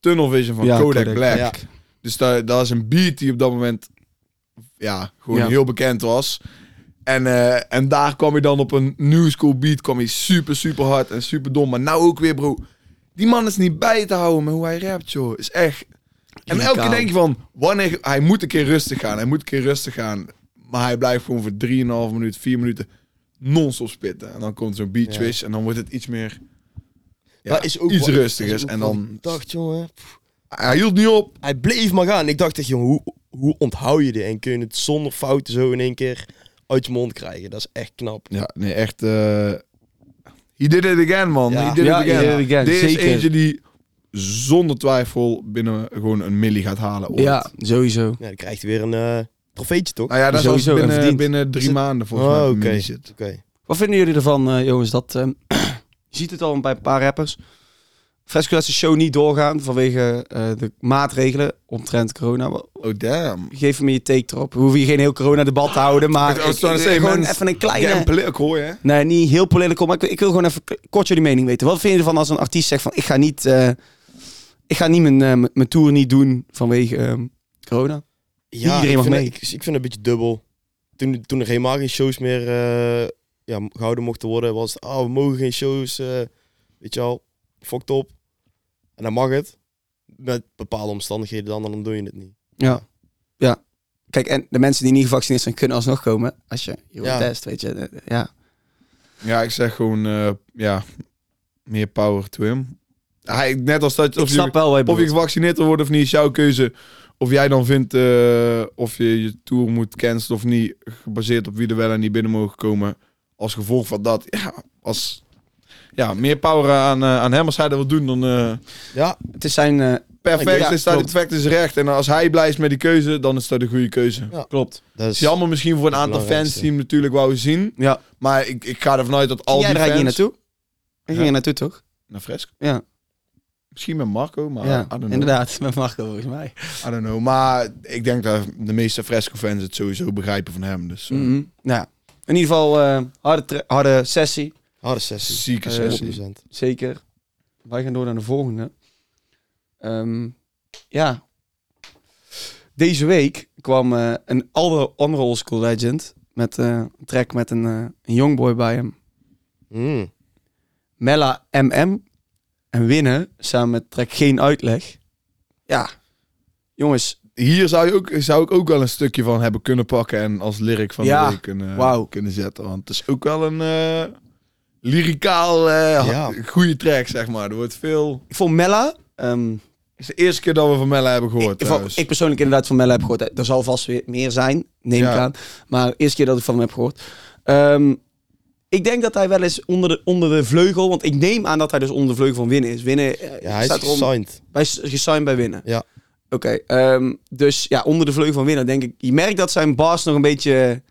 Speaker 1: Tunnel Vision van
Speaker 2: Ja,
Speaker 1: Kodak,
Speaker 2: Kodak
Speaker 1: Black.
Speaker 3: Ja.
Speaker 1: Dus daar dat is een beat die op dat moment ja, gewoon
Speaker 2: Ja.
Speaker 1: heel bekend was. En, eh, en daar kwam hij dan op een new school beat. kwam hij super, super hard en super dom. Maar nou ook weer, bro. Die man is niet bij te houden met hoe hij rapt, joh. Is echt... En elke keer
Speaker 2: Radicaal.
Speaker 1: denk je van, wanneer... Hij moet een keer rustig gaan. Hij moet een keer rustig gaan. Maar hij blijft gewoon voor 3,5 minuten, 4 minuten non-stop spitten. En dan komt zo'n beat
Speaker 3: Ja.
Speaker 1: twist en dan wordt het iets meer... Ja,
Speaker 3: Dat is ook
Speaker 1: iets
Speaker 3: wat-
Speaker 1: rustigers.
Speaker 3: dat is
Speaker 1: En
Speaker 3: ook wat
Speaker 1: dan...
Speaker 3: ik dacht, jongen.
Speaker 1: Hij hield niet op.
Speaker 3: Hij bleef maar gaan. Ik dacht echt, jongen, hoe, hoe onthoud je dit? En kun je het zonder fouten zo in één keer uit je mond krijgen? Dat is echt knap.
Speaker 1: Ja, nee, echt... eh he did it again, man.
Speaker 3: Ja.
Speaker 1: He did
Speaker 2: Ja,
Speaker 1: it again.
Speaker 2: he did it again,
Speaker 1: Dit is
Speaker 2: zeker.
Speaker 1: eentje die zonder twijfel binnen gewoon een milli gaat halen. ooit.
Speaker 2: Ja, sowieso.
Speaker 3: Ja, dan krijgt hij weer een eh, trofeetje, toch?
Speaker 1: Nou ja, dat is als
Speaker 2: Sowieso, en
Speaker 1: binnen,
Speaker 2: verdiend.
Speaker 1: binnen drie
Speaker 3: Is het-
Speaker 1: maanden volgens mij.
Speaker 3: Oh,
Speaker 1: op een
Speaker 3: oké.
Speaker 1: milli zit.
Speaker 3: Oké.
Speaker 2: Wat vinden jullie ervan, eh, jongens? Dat, ehm, je ziet het al bij een paar rappers. Fresco laat zijn show niet doorgaan vanwege eh, de maatregelen omtrent corona. Wa-
Speaker 1: Oh, damn.
Speaker 2: Geef me je take erop. We hoeven hier geen heel corona-debat te houden,
Speaker 1: Ik
Speaker 2: maar
Speaker 1: was
Speaker 2: ik-
Speaker 1: aan het
Speaker 2: ik-
Speaker 1: zeggen,
Speaker 2: gewoon
Speaker 1: mensen,
Speaker 2: even een kleine...
Speaker 1: Damn, political, hè?
Speaker 2: Nee, niet heel political, maar ik, ik wil gewoon even k- kort jullie mening weten. Wat vind je ervan als een artiest zegt van... Ik ga niet, eh, ik ga niet mijn, eh, m- mijn tour niet doen vanwege ehm, corona?
Speaker 3: Ja,
Speaker 2: iedereen
Speaker 3: ik
Speaker 2: mag
Speaker 3: vind
Speaker 2: mee.
Speaker 3: het- ik, ik vind het een beetje dubbel. Toen, toen er helemaal geen shows meer eh, ja, gehouden mochten worden, was het, ah, we mogen geen shows. eh, weet je al, fucked op. En dan mag het. Met bepaalde omstandigheden dan, dan doe je het niet.
Speaker 2: Ja. Ja. Kijk, en de mensen die niet gevaccineerd zijn, kunnen alsnog komen. Als je je wordt
Speaker 3: Ja.
Speaker 2: test, weet je. eh, Ja.
Speaker 1: Ja, ik zeg gewoon, eh, ja, meer power to him. Hij, net als dat,
Speaker 2: Ik
Speaker 1: of,
Speaker 2: snap
Speaker 1: je,
Speaker 2: wel wat je
Speaker 1: of je
Speaker 2: bedoelt.
Speaker 1: gevaccineerd wil worden of niet, is jouw keuze. Of jij dan vindt eh, of je je tour moet cancelen of niet, gebaseerd op wie er wel en niet binnen mogen komen. Als gevolg van dat, ja, als, ja meer power aan, eh, aan hem als hij dat wil doen, dan eh,
Speaker 3: Ja,
Speaker 2: Het is zijn... eh,
Speaker 1: perfect.
Speaker 2: Ja,
Speaker 1: is dat, het
Speaker 2: klopt.
Speaker 1: fact is recht. En als hij blij is met die keuze, dan is dat de goede keuze.
Speaker 2: Klopt.
Speaker 3: dat
Speaker 1: Het
Speaker 3: is...
Speaker 1: is jammer misschien voor een
Speaker 3: Het
Speaker 1: aantal fans
Speaker 3: belangrijkste.
Speaker 1: die hem natuurlijk wou zien.
Speaker 2: Ja.
Speaker 1: Maar ik, ik ga ervan uit dat al
Speaker 2: Jij
Speaker 1: die
Speaker 2: draait
Speaker 1: fans...
Speaker 2: hier naartoe. Ik
Speaker 1: Ja.
Speaker 2: ging er naartoe, toch?
Speaker 1: Naar Fresco?
Speaker 2: Ja.
Speaker 1: Misschien met Marco, maar I
Speaker 2: ja,
Speaker 1: don't know.
Speaker 2: inderdaad. Met Marco, volgens mij.
Speaker 1: I don't know. Maar ik denk dat de meeste Fresco-fans het sowieso begrijpen van hem. Dus eh,
Speaker 2: Mhm. Nou, in ieder geval, eh, harde, tra- harde sessie.
Speaker 3: Harde sessie.
Speaker 1: zieke
Speaker 2: Eh,
Speaker 1: sessie.
Speaker 3: 100%.
Speaker 2: Zeker. Wij gaan door naar de volgende. Ehm, ja. Deze week kwam eh, een andere, andere old school legend met eh, een track met een, eh een jongboy bij hem.
Speaker 3: Mm.
Speaker 2: Mella MM. En winnen samen met track Geen Uitleg. Ja. Jongens,
Speaker 1: Hier zou, je ook, zou ik ook wel een stukje van hebben kunnen pakken en als lyric van
Speaker 2: Ja,
Speaker 1: de week kunnen,
Speaker 2: wauw.
Speaker 1: kunnen zetten. Want het is ook wel een eh lyricaal eh, ha-
Speaker 3: Ja.
Speaker 1: goede track, zeg maar. Er wordt veel...
Speaker 2: ik vond Mella... ehm,
Speaker 1: Het is de eerste keer dat we van Mella hebben gehoord. eh,
Speaker 2: ik, van-
Speaker 1: trouwens.
Speaker 2: ik persoonlijk inderdaad van Melle heb gehoord. Eh, Er zal vast weer meer zijn, neem
Speaker 1: Ja.
Speaker 2: ik aan. Maar de eerste keer dat ik van hem heb gehoord. Ehm, ik denk dat hij wel eens onder de, onder de vleugel... Want ik neem aan dat hij dus onder de vleugel van winnen is. Winnen eh,
Speaker 3: Ja, hij is
Speaker 2: staat erom-
Speaker 3: gesigned.
Speaker 2: bij gesigned bij winnen.
Speaker 3: Ja.
Speaker 2: Oké, ehm, dus ja, onder de vleugel van winnen denk ik... Je merkt dat zijn bars nog een beetje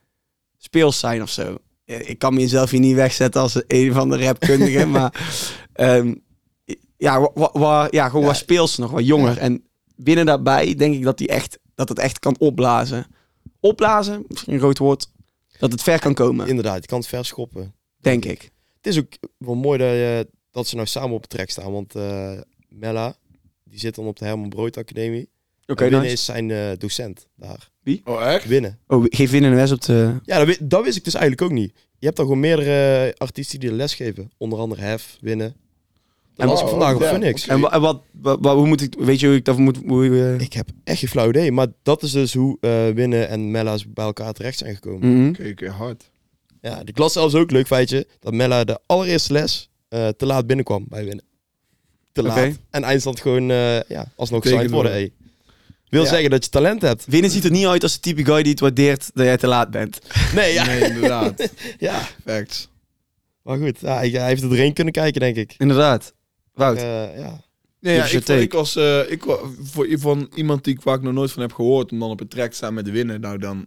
Speaker 2: speels zijn of zo. Eh, Ik kan mezelf hier niet wegzetten als een van de rapkundigen, maar... ehm, ja, wa, wa- wa- ja, gewoon
Speaker 3: Ja.
Speaker 2: wat speels nog, wat jonger. En binnen daarbij denk ik dat, die echt, dat het echt kan opblazen. Opblazen, misschien een groot woord. Dat het ver kan komen,
Speaker 3: Inderdaad, je kan het ver schoppen.
Speaker 2: denk ik.
Speaker 3: Het is ook wel mooi dat, je, dat ze nou samen op het trek staan. Want eh, Mella, die zit dan op de Herman Brood Academie.
Speaker 2: Oké,
Speaker 3: En Winnen
Speaker 2: nice.
Speaker 3: is zijn eh, docent daar.
Speaker 1: Oh, echt?
Speaker 3: Winnen.
Speaker 2: Oh, geef winnen een west op de...
Speaker 3: Ja, dat, wi- dat wist ik dus eigenlijk ook niet. Je hebt dan gewoon meerdere eh, artiesten die les geven. Onder andere Hef, Winnen. Dat
Speaker 2: En-
Speaker 3: was ik
Speaker 1: Oh,
Speaker 3: vandaag op
Speaker 1: ja,
Speaker 3: Phoenix.
Speaker 1: oké.
Speaker 2: En, wa- en wat, wa- wa- hoe moet ik... Weet je hoe ik daarvoor moet... Hoe, eh,
Speaker 3: Ik heb echt geen flauw idee. Maar dat is dus hoe eh, Winnen en Mella's bij elkaar terecht zijn gekomen.
Speaker 2: mhm.
Speaker 1: Oké, oké, hard.
Speaker 3: Ja, de klas zelfs ook leuk feitje. Dat Mella de allereerste les eh, te laat binnenkwam bij Winnen. Te laat.
Speaker 2: Oké.
Speaker 3: En eindstand gewoon eh ja,
Speaker 1: Tekenen
Speaker 3: alsnog gesigned worden.
Speaker 1: worden.
Speaker 3: hé. Wil
Speaker 1: Ja.
Speaker 3: zeggen dat je talent hebt.
Speaker 2: Winnen ziet er niet uit als de type guy die het waardeert dat jij te laat bent.
Speaker 3: Nee, ja.
Speaker 1: Nee, inderdaad.
Speaker 3: ja.
Speaker 1: Facts.
Speaker 3: Maar goed, ja, hij, hij heeft er doorheen kunnen kijken, denk ik.
Speaker 2: Inderdaad. Wout.
Speaker 3: Eh, ja.
Speaker 1: Nee, ja,
Speaker 2: Dit is
Speaker 1: ik,
Speaker 2: je
Speaker 1: ik
Speaker 2: take.
Speaker 1: was eh, ik, wa- voor, van iemand die ik, waar ik nog nooit van heb gehoord, om dan op het trek te staan met de winnen, nou dan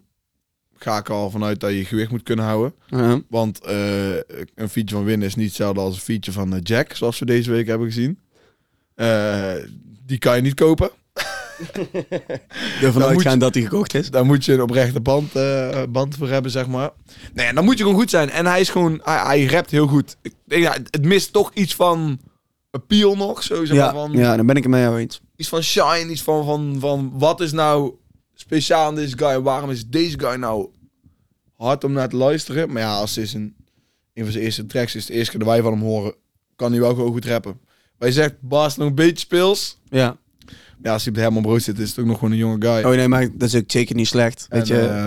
Speaker 1: ga ik er al vanuit dat je gewicht moet kunnen houden.
Speaker 2: Ja.
Speaker 1: Want eh, een feature van winnen is niet hetzelfde als een feature van eh, Jack, zoals we deze week hebben gezien. Eh, die kan je niet kopen.
Speaker 2: Ervan
Speaker 1: Dan moet
Speaker 2: uitgaan dat hij gekocht is.
Speaker 1: Daar moet je een oprechte band, eh, band voor hebben, zeg maar. Nee, dan moet je gewoon goed zijn. En hij is gewoon, hij, hij rapt heel goed. Ik, denk, ja, het mist toch iets van appeal nog, zo zeg maar.
Speaker 2: Ja,
Speaker 1: Van,
Speaker 2: ja, dan ben ik het met jou eens.
Speaker 1: iets van shine, iets van, van, van wat is nou speciaal aan deze guy? Waarom is deze guy nou hard om naar te luisteren? Maar ja, als het is een, een van zijn eerste tracks is, de eerste keer dat wij van hem horen, kan hij wel gewoon goed rappen. Wij zegt Bas nog een beetje speels.
Speaker 2: Ja.
Speaker 1: Maar Ja, als hij op Herman Brood zit, is het ook nog gewoon een jonge guy.
Speaker 2: Oh nee, maar dat is ook zeker niet slecht. Weet
Speaker 1: En,
Speaker 2: je,
Speaker 1: eh,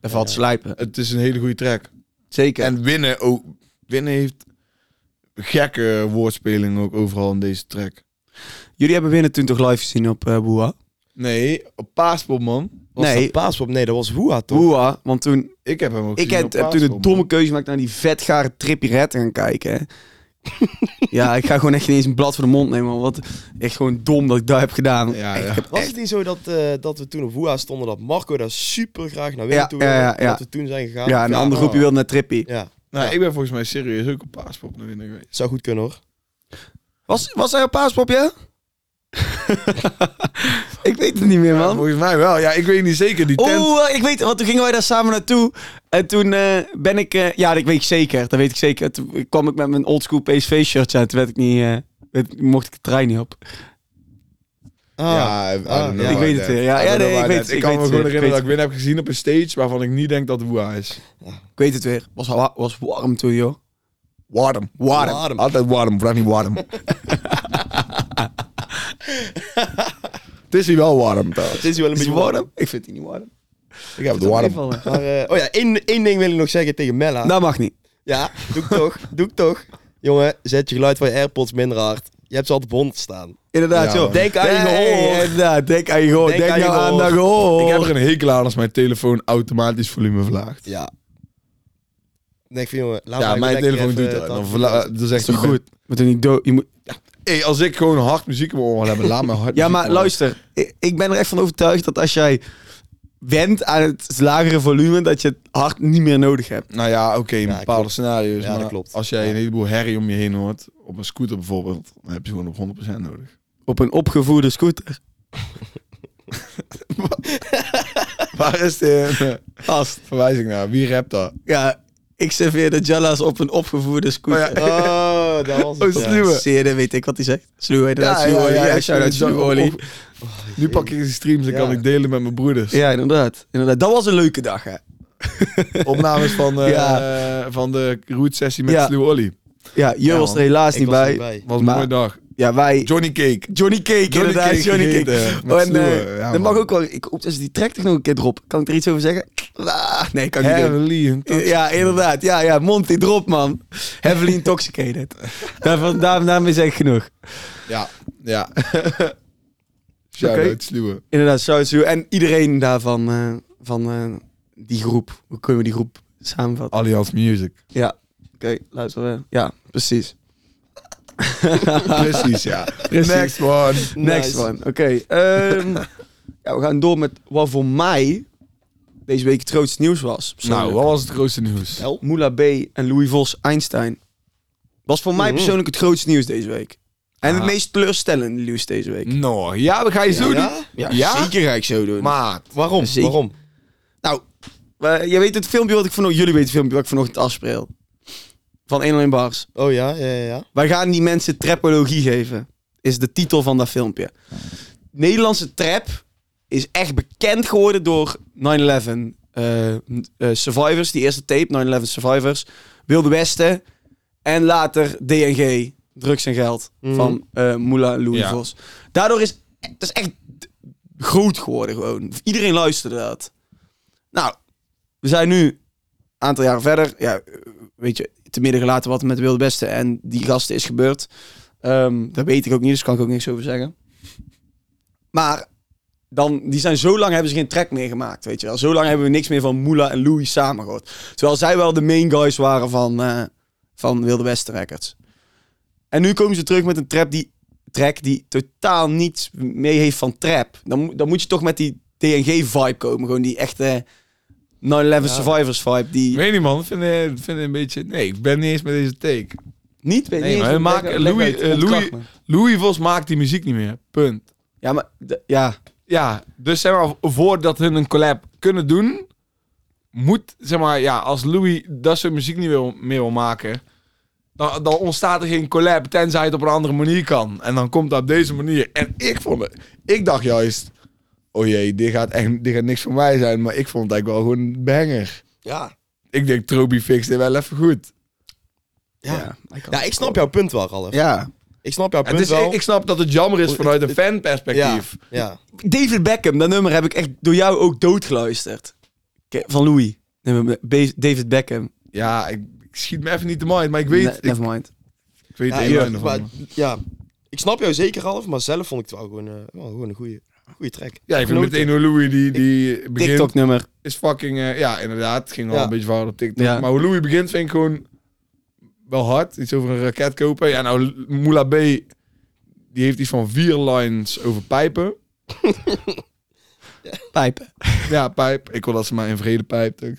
Speaker 2: er valt slijpen.
Speaker 1: het is een hele goede track.
Speaker 2: Zeker.
Speaker 1: En winnen ook. Winnen heeft gekke woordspeling ook overal in deze track.
Speaker 2: Jullie hebben winnen toen toch live gezien op eh Boeha?
Speaker 1: Nee, op Paaspop, man.
Speaker 3: Was
Speaker 2: Nee.
Speaker 3: dat Paaspop? Nee, dat was Woeha toch?
Speaker 2: Boeha, want toen,
Speaker 1: Ik heb hem ook
Speaker 2: ik
Speaker 1: gezien
Speaker 2: heb,
Speaker 1: op
Speaker 2: heb toen
Speaker 1: Paaspop,
Speaker 2: een
Speaker 1: man.
Speaker 2: domme keuze gemaakt naar die vetgare trippie red te gaan kijken. hè. ja, ik ga gewoon echt niet eens een blad voor de mond nemen. Want echt gewoon dom dat ik dat heb gedaan.
Speaker 1: Ja,
Speaker 2: Echt,
Speaker 1: ja.
Speaker 2: ik heb
Speaker 3: Was
Speaker 2: echt-
Speaker 3: het niet zo dat, eh, dat we toen op Woeha stonden, dat Marco daar super graag naar wilde
Speaker 2: Ja,
Speaker 3: toe
Speaker 2: ja,
Speaker 3: wilde,
Speaker 2: ja, ja.
Speaker 3: dat we toen zijn gegaan?
Speaker 2: ja, een ander groepje wilde naar trippie.
Speaker 3: Ja,
Speaker 1: Nou,
Speaker 3: Ja.
Speaker 1: ik ben volgens mij serieus ook op paaspop naar binnen geweest.
Speaker 3: zou goed kunnen hoor.
Speaker 2: Was, was hij op paaspop, ja? ik weet het niet meer, man.
Speaker 1: volgens mij wel. Ja, ik weet niet zeker. Die tent...
Speaker 2: Oeh, ik weet het, want toen gingen wij daar samen naartoe. En toen eh, ben ik, eh, ja, dat weet ik zeker, dat weet ik zeker. Toen kwam ik met mijn oldschool PSV-shirtje uit, toen werd ik niet, eh, werd- mocht ik de trein niet op.
Speaker 1: Ja, I don't
Speaker 3: Ah,
Speaker 1: know
Speaker 2: ik
Speaker 3: ja.
Speaker 1: about
Speaker 2: weet het
Speaker 1: that.
Speaker 2: weer. Ja,
Speaker 1: I
Speaker 2: ja
Speaker 1: don't know
Speaker 2: nee, ik
Speaker 1: about
Speaker 2: weet
Speaker 1: that.
Speaker 2: het.
Speaker 1: Ik kan
Speaker 2: weet
Speaker 1: me
Speaker 2: het
Speaker 1: gewoon
Speaker 2: weer,
Speaker 1: herinneren dat
Speaker 2: ik,
Speaker 1: ik win heb gezien op een stage waarvan ik niet denk dat het Woeha is.
Speaker 2: weet- ik weet het weer. Was, wa- was warm toen, joh.
Speaker 1: Warm.
Speaker 2: Warm.
Speaker 1: Altijd warm, vraag niet warm. het is hier wel warm
Speaker 3: Het
Speaker 1: trouwens.
Speaker 3: is hier wel een
Speaker 2: Is
Speaker 3: beetje
Speaker 2: het warm? Ik vind het niet warm.
Speaker 1: Ik heb het
Speaker 2: Dat
Speaker 1: warm.
Speaker 2: meevallen.
Speaker 3: Maar, eh, oh ja, één, één ding wil ik nog zeggen tegen Mella.
Speaker 2: Dat mag niet.
Speaker 3: Ja, doe ik toch, doe ik toch. Jongen, zet je geluid van je AirPods minder hard. Je hebt ze altijd op 100 staan.
Speaker 2: Inderdaad,
Speaker 1: Ja,
Speaker 2: joh.
Speaker 1: man.
Speaker 3: Denk aan je
Speaker 2: Hey,
Speaker 3: gehoor.
Speaker 2: inderdaad, denk aan je gehoor. Denk,
Speaker 3: Denk aan je
Speaker 2: nou aan
Speaker 3: gehoor.
Speaker 2: dat gehoor.
Speaker 1: Ik heb er een hekel aan als mijn telefoon automatisch volume verlaagt.
Speaker 3: Ja. Dan denk ik van, jongen, laat
Speaker 1: Ja,
Speaker 3: maar
Speaker 1: mijn
Speaker 3: lekker
Speaker 1: telefoon
Speaker 3: even
Speaker 1: doet
Speaker 3: het
Speaker 1: dat. Dan,
Speaker 3: handje
Speaker 1: verla- dan zegt
Speaker 2: is toch
Speaker 1: hij,
Speaker 2: goed? We doen niet dood. Je moet,
Speaker 1: Hey, als ik gewoon hard muziek in mijn oren wil hebben, laat me hard
Speaker 2: Ja,
Speaker 1: muziek
Speaker 2: maar
Speaker 1: horen.
Speaker 2: luister, ik, ik ben er echt van overtuigd dat als jij went aan het lagere volume, dat je het hard niet meer nodig hebt.
Speaker 1: Nou ja, oké, in
Speaker 3: Ja,
Speaker 1: bepaalde
Speaker 3: klopt.
Speaker 1: scenario's.
Speaker 3: Ja,
Speaker 1: maar
Speaker 3: dat klopt.
Speaker 1: Als jij
Speaker 3: Ja.
Speaker 1: een heleboel herrie om je heen hoort, op een scooter bijvoorbeeld, dan heb je gewoon op 100% nodig.
Speaker 2: Op een opgevoerde scooter.
Speaker 1: Waar is de
Speaker 2: Gast.
Speaker 1: verwijzing naar? Wie rapt dat?
Speaker 2: Ja, ik serveerde Jalla's op een opgevoerde scooter.
Speaker 1: Oh
Speaker 3: doen. Oh, dat was het.
Speaker 1: Oh,
Speaker 3: ja.
Speaker 1: sluwe.
Speaker 2: Zeerde, weet ik wat hij zegt. Sluwe, inderdaad.
Speaker 1: Ja,
Speaker 2: Sluwe,
Speaker 1: ja,
Speaker 2: ja,
Speaker 1: ja, ik
Speaker 2: shout-out
Speaker 1: vind het
Speaker 2: Sluwe,
Speaker 1: zo-
Speaker 2: Olly.
Speaker 1: Nu pak ik de streams en
Speaker 3: Ja.
Speaker 1: kan ik delen met mijn broeders.
Speaker 2: Ja, inderdaad. inderdaad. Dat was een leuke dag, hè.
Speaker 1: Opnames van, eh,
Speaker 2: Ja.
Speaker 1: van de route sessie met
Speaker 2: Ja.
Speaker 1: Sluwe Olly.
Speaker 2: Ja, je
Speaker 3: Ja,
Speaker 2: was er
Speaker 3: man.
Speaker 2: helaas
Speaker 3: Ik
Speaker 2: niet
Speaker 3: was er
Speaker 2: bij.
Speaker 3: niet bij.
Speaker 1: Was een
Speaker 2: Maar-
Speaker 1: mooie dag.
Speaker 2: Ja, wij...
Speaker 1: Johnny Cake.
Speaker 2: Johnny Cake, inderdaad.
Speaker 1: Cake
Speaker 2: Johnny
Speaker 1: gegeten,
Speaker 2: Cake.
Speaker 1: met
Speaker 2: Oh, en, eh,
Speaker 1: sluwe. Ja,
Speaker 2: dat
Speaker 1: man.
Speaker 2: mag ook wel. Ik hoop dat ze die trekt toch nog een keer erop. Kan ik er iets over zeggen? Ah, nee, kan ik niet doen.
Speaker 1: Heavenly. een touch.
Speaker 2: Ja, inderdaad. Ja, ja. Monty, drop, man. Heavily intoxicated. Daarvan, daar, daarmee zeg ik genoeg.
Speaker 1: Ja, ja. Shout-out
Speaker 2: Oké.
Speaker 1: Sluwe.
Speaker 2: Inderdaad, shout you. En iedereen daarvan, eh, van eh, die groep. Hoe kunnen we die groep samenvatten?
Speaker 1: Allianz Music.
Speaker 2: Ja, Oh. oké. luister. eh, Ja, precies.
Speaker 1: Precies, ja.
Speaker 2: Precies.
Speaker 1: Next one.
Speaker 2: Next
Speaker 3: Nice.
Speaker 2: one. Oké. ehm, ja, we gaan door met wat voor mij deze week het grootste nieuws was.
Speaker 1: Nou,
Speaker 2: Persoonlijk.
Speaker 1: wat was het grootste nieuws?
Speaker 3: Wel.
Speaker 2: Moula B. en Louis Vos Einstein. Was voor mij
Speaker 3: Mhm.
Speaker 2: persoonlijk het grootste nieuws deze week. En
Speaker 1: Ah.
Speaker 2: het meest teleurstellende nieuws deze week.
Speaker 1: Nou, ja, we gaan je zo doen.
Speaker 3: Ja?
Speaker 2: Ja,
Speaker 1: Ja?
Speaker 2: zeker ga ik zo doen. Maar
Speaker 1: Maat.
Speaker 3: Waarom?
Speaker 2: Zeker.
Speaker 3: Waarom?
Speaker 2: eh, je weet het filmpje wat ik vanochtend... Jullie weten het filmpje wat ik vanochtend afspeel. Van 1 Bars.
Speaker 3: Oh ja, ja, ja, ja.
Speaker 2: Wij gaan die mensen trappologie geven. Is de titel van dat filmpje. Nederlandse trap is echt bekend geworden door 9-11 eh, eh, Survivors. Die eerste tape, 9-11 Survivors. Wilde Westen. En later DNG. Drugs en geld.
Speaker 3: Mhm.
Speaker 2: Van eh Moula Louis
Speaker 1: Ja.
Speaker 2: Vos. Daardoor is het is echt d- groot geworden gewoon. Iedereen luisterde dat. Nou, we zijn nu een aantal jaren verder. Ja, eh, weet je, te midden gelaten wat er met de Wilde Westen en die gasten is gebeurd. Ehm dat weet ik ook niet, dus kan ik ook niks over zeggen. Maar dan, die zijn zo lang hebben ze geen track meer gemaakt, weet je wel. Zo lang hebben we niks meer van Moula en Louis samen gehoord. Terwijl zij wel de main guys waren van, eh, van Wilde Westen Records. En nu komen ze terug met een trap die track die totaal niets mee heeft van trap. Dan, moet- dan moet je toch met die DNG-vibe komen. Gewoon die echte 9-11 Survivors-vibe.
Speaker 1: Ik
Speaker 2: Die
Speaker 1: weet niet, man. Ik vind, eh, ik vind het een beetje... Nee, ik ben niet eens met deze take.
Speaker 2: niet...
Speaker 1: Nee, maar we maken- Louis- eh, Louis- Louis Vos maakt die muziek niet meer. Punt.
Speaker 2: Ja, maar... d- Ja.
Speaker 1: Ja, dus zeg maar, voordat hun een collab kunnen doen... Moet, zeg maar, ja, als Louis dat soort muziek niet wil, meer wil maken... Dan, dan ontstaat er geen collab, tenzij het op een andere manier kan. En dan komt dat op deze manier. En ik vond het... Ik dacht juist... Oh jee, dit gaat, echt, dit gaat niks voor mij zijn. Maar ik vond het eigenlijk wel gewoon een banger.
Speaker 3: Ja.
Speaker 1: Ik denk, Trobi fixt dit wel even goed.
Speaker 3: Ja.
Speaker 2: Ja.
Speaker 3: Ja, ik snap jouw punt wel, Ralf.
Speaker 2: Ja.
Speaker 3: Ik snap jouw
Speaker 1: Het
Speaker 3: punt
Speaker 1: is, e-
Speaker 3: wel.
Speaker 1: dus ik, ik snap dat het jammer is
Speaker 3: Het-
Speaker 1: vanuit een
Speaker 3: het-
Speaker 1: fanperspectief.
Speaker 3: Ja.
Speaker 2: David Beckham, dat nummer heb ik echt door jou ook doodgeluisterd. Ke- Van Louis. Nummer Be- David Beckham.
Speaker 1: Ja, ik, ik schiet me even niet te mind, maar ik weet,
Speaker 2: Ne-
Speaker 1: ik,
Speaker 2: Nevermind.
Speaker 1: ik weet
Speaker 3: Ja,
Speaker 1: de
Speaker 3: ja,
Speaker 1: ene
Speaker 3: maar-
Speaker 1: van.
Speaker 3: ja. Ik snap jou zeker, Ralf, maar zelf vond ik het wel gewoon, eh, wel gewoon een goede, goede track.
Speaker 1: Ja, ik vind
Speaker 3: Genoten.
Speaker 1: meteen hoe Louis die, die begint
Speaker 2: TikTok nummer.
Speaker 1: is fucking... eh, ja, inderdaad, het ging al
Speaker 3: Ja.
Speaker 1: een beetje verhaal op TikTok.
Speaker 2: Ja.
Speaker 1: Maar hoe Louis begint vind ik gewoon wel hard. Iets over een raket kopen. Ja, nou, Moula B, die heeft iets van vier lines over pijpen.
Speaker 2: Pijpen.
Speaker 1: Ja, pijp. Ik wil dat ze maar in vrede pijpt. ook.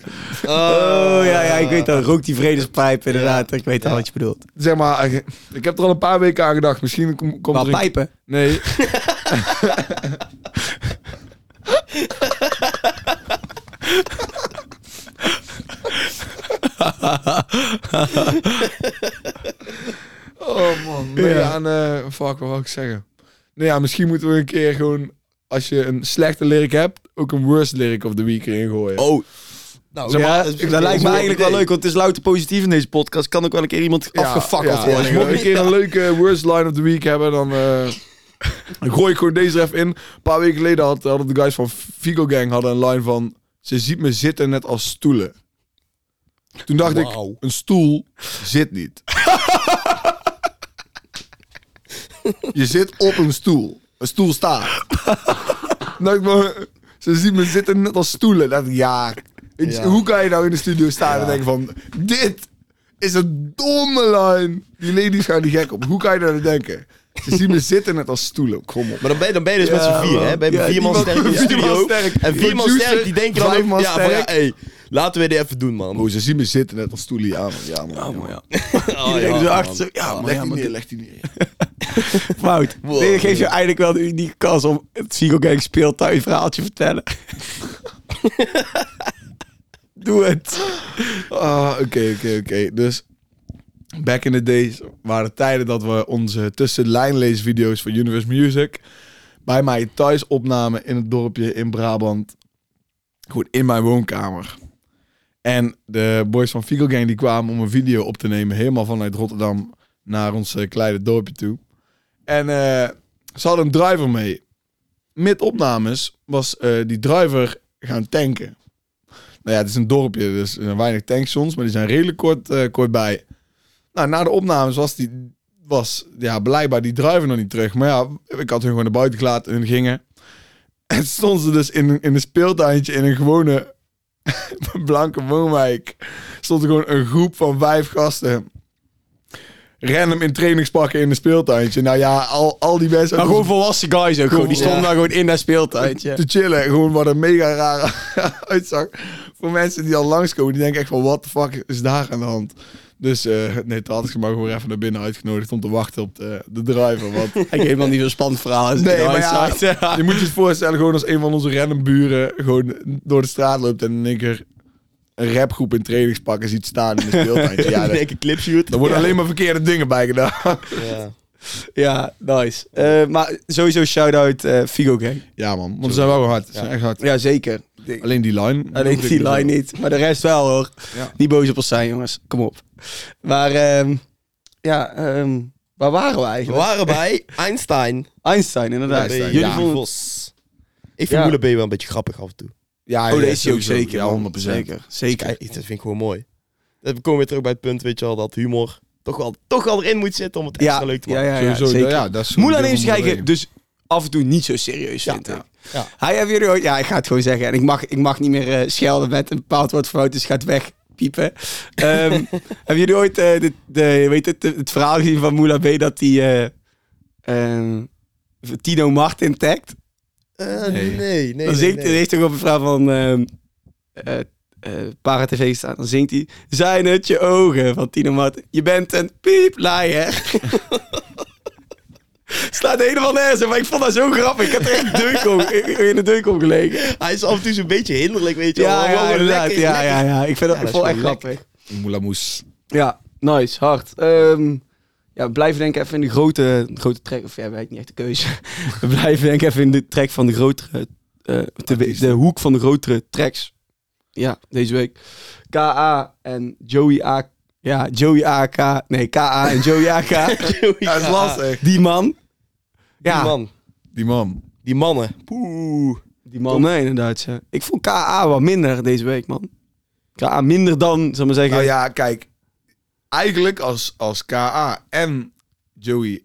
Speaker 2: Oh, ja, ja, ik
Speaker 3: Eh,
Speaker 2: weet dat. Rook die vredespijp, inderdaad. Ik weet al
Speaker 3: Ja.
Speaker 2: wat je bedoelt.
Speaker 1: Zeg maar, ik- ik heb er al een paar weken aan gedacht. Misschien kom- komt
Speaker 2: Maar
Speaker 1: er een
Speaker 2: pijpen?
Speaker 1: Nee. oh man. Nee,
Speaker 2: Ja.
Speaker 1: aan, eh, fuck, wat wil ik zeggen? Nou ja, misschien moeten we een keer gewoon, als je een slechte lyric hebt, ook een worst lyric of the week erin gooien.
Speaker 2: Oh,
Speaker 3: Nou,
Speaker 1: Zeg maar,
Speaker 3: dat is
Speaker 1: ik-
Speaker 2: dat lijkt me
Speaker 3: een
Speaker 2: eigenlijk wel
Speaker 3: idee.
Speaker 2: leuk, want het is louter positief in deze podcast. Kan ook wel een keer iemand
Speaker 1: Ja,
Speaker 2: afgefakkeld
Speaker 1: ja,
Speaker 2: worden.
Speaker 1: ja. Mocht ik een keer een leuke worst line of the week hebben, dan eh, dan gooi ik gewoon deze er even in. Een paar weken geleden had, hadden de guys van Figo Gang hadden een line van... Ze ziet me zitten net als stoelen. Toen dacht ik,
Speaker 3: Wauw.
Speaker 1: een stoel zit niet. Je zit op een stoel. Een stoel staat. Toen dacht ik, maar, ze ziet me zitten net als stoelen. Dacht ik, ja, weet je,
Speaker 3: Ja.
Speaker 1: hoe kan je nou in de studio staan en denken van... Dit is een domme line. Die ladies gaan die gek op. Hoe kan je daar aan denken? Ze zien me zitten net als stoelen. Kom op.
Speaker 3: Maar dan ben je, dan ben je dus met
Speaker 2: Ja,
Speaker 3: z'n vier,
Speaker 2: man.
Speaker 3: hè? Ben je
Speaker 1: Ja,
Speaker 3: vier man
Speaker 1: iemand-
Speaker 3: sterk in de
Speaker 1: vier man
Speaker 3: studio.
Speaker 1: sterk.
Speaker 3: En vier man
Speaker 1: Producer,
Speaker 3: sterk, die denken dan
Speaker 1: vijf
Speaker 3: ook,
Speaker 1: man
Speaker 3: ja, van, ja,
Speaker 1: sterk.
Speaker 3: hey, laten we dit even doen, man.
Speaker 1: Bro, Nou, ze zien me zitten net als stoelen. Ja, man. Ja, man.
Speaker 2: Oh,
Speaker 1: ja,
Speaker 2: maar ja.
Speaker 3: Oh,
Speaker 2: Iedereen
Speaker 3: ja,
Speaker 2: zo
Speaker 3: man.
Speaker 2: achter zo, ja,
Speaker 1: man.
Speaker 2: maar
Speaker 1: Leg
Speaker 2: ja,
Speaker 1: die
Speaker 2: maar
Speaker 1: neer,
Speaker 2: dit-
Speaker 1: leg die neer.
Speaker 2: fout.
Speaker 3: Wow.
Speaker 2: Dit geeft je eigenlijk wel de unieke kans om het Seagull Gang speeltuin verhaaltje vertellen. Doe het.
Speaker 1: Ah, Oké, oké, oké. Dus back in the days waren tijden dat we onze tussenlijnleesvideo's voor Universe Music bij mij thuis opnamen in het dorpje in Brabant. Goed, in mijn woonkamer. En de boys van Figo Gang die kwamen om een video op te nemen helemaal vanuit Rotterdam naar ons eh, kleine dorpje toe. En eh, ze hadden een driver mee. Mid opnames was eh, die driver gaan tanken. Nou ja, het is een dorpje, dus er zijn weinig tankstations, maar die zijn redelijk kort, eh, kort bij. Nou, na de opnames was, die, was ja, blijkbaar die driver nog niet terug. Maar ja, ik had hun gewoon naar buiten gelaten en hun gingen. En stonden ze dus in, in een speeltuintje in een gewone blanke woonwijk. Stond er gewoon een groep van vijf gasten. Random in trainingspakken in een speeltuintje. Nou ja, al, al die mensen...
Speaker 2: Maar gewoon volwassen guys ook gewoon. Die stonden
Speaker 3: Ja.
Speaker 2: daar gewoon in dat speeltuintje.
Speaker 1: te chillen. Gewoon wat een mega rare uitzag. Voor mensen die al langskomen, die denken echt van... what the fuck is daar aan de hand? Dus eh, nee, toen had ik ze maar gewoon even naar binnen uitgenodigd... om te wachten op de, de driver. Want
Speaker 2: Ik helemaal niet dus zo'n spannend verhaal. als
Speaker 1: Nee,
Speaker 2: het in
Speaker 1: maar ja,
Speaker 2: hindsight.
Speaker 1: je moet je het voorstellen... gewoon als een van onze random buren... gewoon door de straat loopt en in één keer... een rapgroep in trainingspakken ziet staan in de speeltuintje. Ja,
Speaker 3: Ik
Speaker 1: daar,
Speaker 3: denk een clipshoot.
Speaker 1: daar worden alleen maar verkeerde dingen bij gedaan.
Speaker 3: Ja.
Speaker 2: Ja, nice. Eh, maar sowieso shout-out eh, Figo Gang.
Speaker 1: Ja man, want ze zijn wel gewoon hard. Ze
Speaker 3: Ja.
Speaker 1: zijn echt hard.
Speaker 2: Ja, zeker.
Speaker 1: Alleen die line.
Speaker 2: Alleen die line niet. Maar de rest wel hoor.
Speaker 1: Ja.
Speaker 2: Niet boos op ons zijn, jongens. Kom op. Maar ehm, ja, ehm, waar waren we
Speaker 3: We
Speaker 2: eigenlijk?
Speaker 3: waren bij Einstein.
Speaker 2: Einstein, inderdaad.
Speaker 1: Einstein,
Speaker 2: Jullie
Speaker 1: ja.
Speaker 2: vonden...
Speaker 3: Vos. Ik vind
Speaker 2: Ja.
Speaker 3: Moele B wel een beetje grappig af en toe.
Speaker 1: Ja, ja,
Speaker 2: Oh, deze is hij ook
Speaker 1: sowieso.
Speaker 2: zeker.
Speaker 1: Ja,
Speaker 2: man.
Speaker 1: 100%.
Speaker 2: Zeker, zeker.
Speaker 3: Kijk, dat vind ik gewoon mooi. Dan komen we terug bij het punt, weet je wel, dat humor toch wel, toch wel erin moet zitten om het extra
Speaker 2: Ja,
Speaker 3: leuk te
Speaker 2: ja,
Speaker 3: maken.
Speaker 2: ja, ja,
Speaker 1: Sowieso,
Speaker 2: zeker.
Speaker 1: ja, dat is
Speaker 2: Moela
Speaker 1: een deel
Speaker 2: neemt zich
Speaker 1: van de
Speaker 2: eigen
Speaker 1: reden.
Speaker 2: dus af en toe niet zo serieus, vind
Speaker 3: ja,
Speaker 2: ik.
Speaker 3: ja.
Speaker 2: Hij heeft jullie ooit... Ja, ik ga het gewoon zeggen. En ik mag, ik mag niet meer eh, schelden met een bepaald woord fout, dus gaat weg. Piepen. Ehm, hebben jullie ooit eh, de, de, weet het, het verhaal gezien van Moela B. dat hij eh, eh, Tino Mart intact.
Speaker 3: Eh,
Speaker 1: Nee.
Speaker 3: nee, nee, nee.
Speaker 2: dan zingt,
Speaker 3: nee.
Speaker 2: hij heeft ook op een vraag van ehm eh eh, Para TV gestaan. Dan zingt hij: Zijn het je ogen van Tino Mart? Je bent een pieplijer. Slaat helemaal nergens op, maar ik vond dat zo grappig. Ik had er echt deuk om, in de deuk om gelegen.
Speaker 3: Hij is af en toe zo'n beetje hinderlijk, weet je
Speaker 2: Ja,
Speaker 3: wel.
Speaker 2: ja,
Speaker 3: Wel weer
Speaker 2: inderdaad.
Speaker 3: lekker,
Speaker 2: ja,
Speaker 3: lekker.
Speaker 2: ja, ja. Ik vind dat,
Speaker 3: Ja,
Speaker 2: ik
Speaker 3: dat
Speaker 2: vond
Speaker 3: is
Speaker 2: het echt
Speaker 3: wel
Speaker 2: grappig.
Speaker 1: Moelamoes.
Speaker 2: Ja, nice, hard. Ehm, ja, we blijven denk ik even in de grote, grote track. Of ja, we hebben niet echt de keuze. we blijven denk ik even in de track van de grotere... eh, de, de hoek van de grotere tracks. Ja, deze week. K.A. en Joey A. Ja, Joey A.K. Nee, K.A. en Joey A.K.
Speaker 1: Dat is lastig.
Speaker 2: die man. Ja,
Speaker 3: Die man.
Speaker 1: Die man.
Speaker 3: Die mannen. Poeh.
Speaker 2: die man. Nee, inderdaad. ja. Ik vond K.A. wat minder deze week, man. K.A. minder dan, zal ik maar zeggen.
Speaker 1: Nou ja, kijk. Eigenlijk als, als K.A. en Joey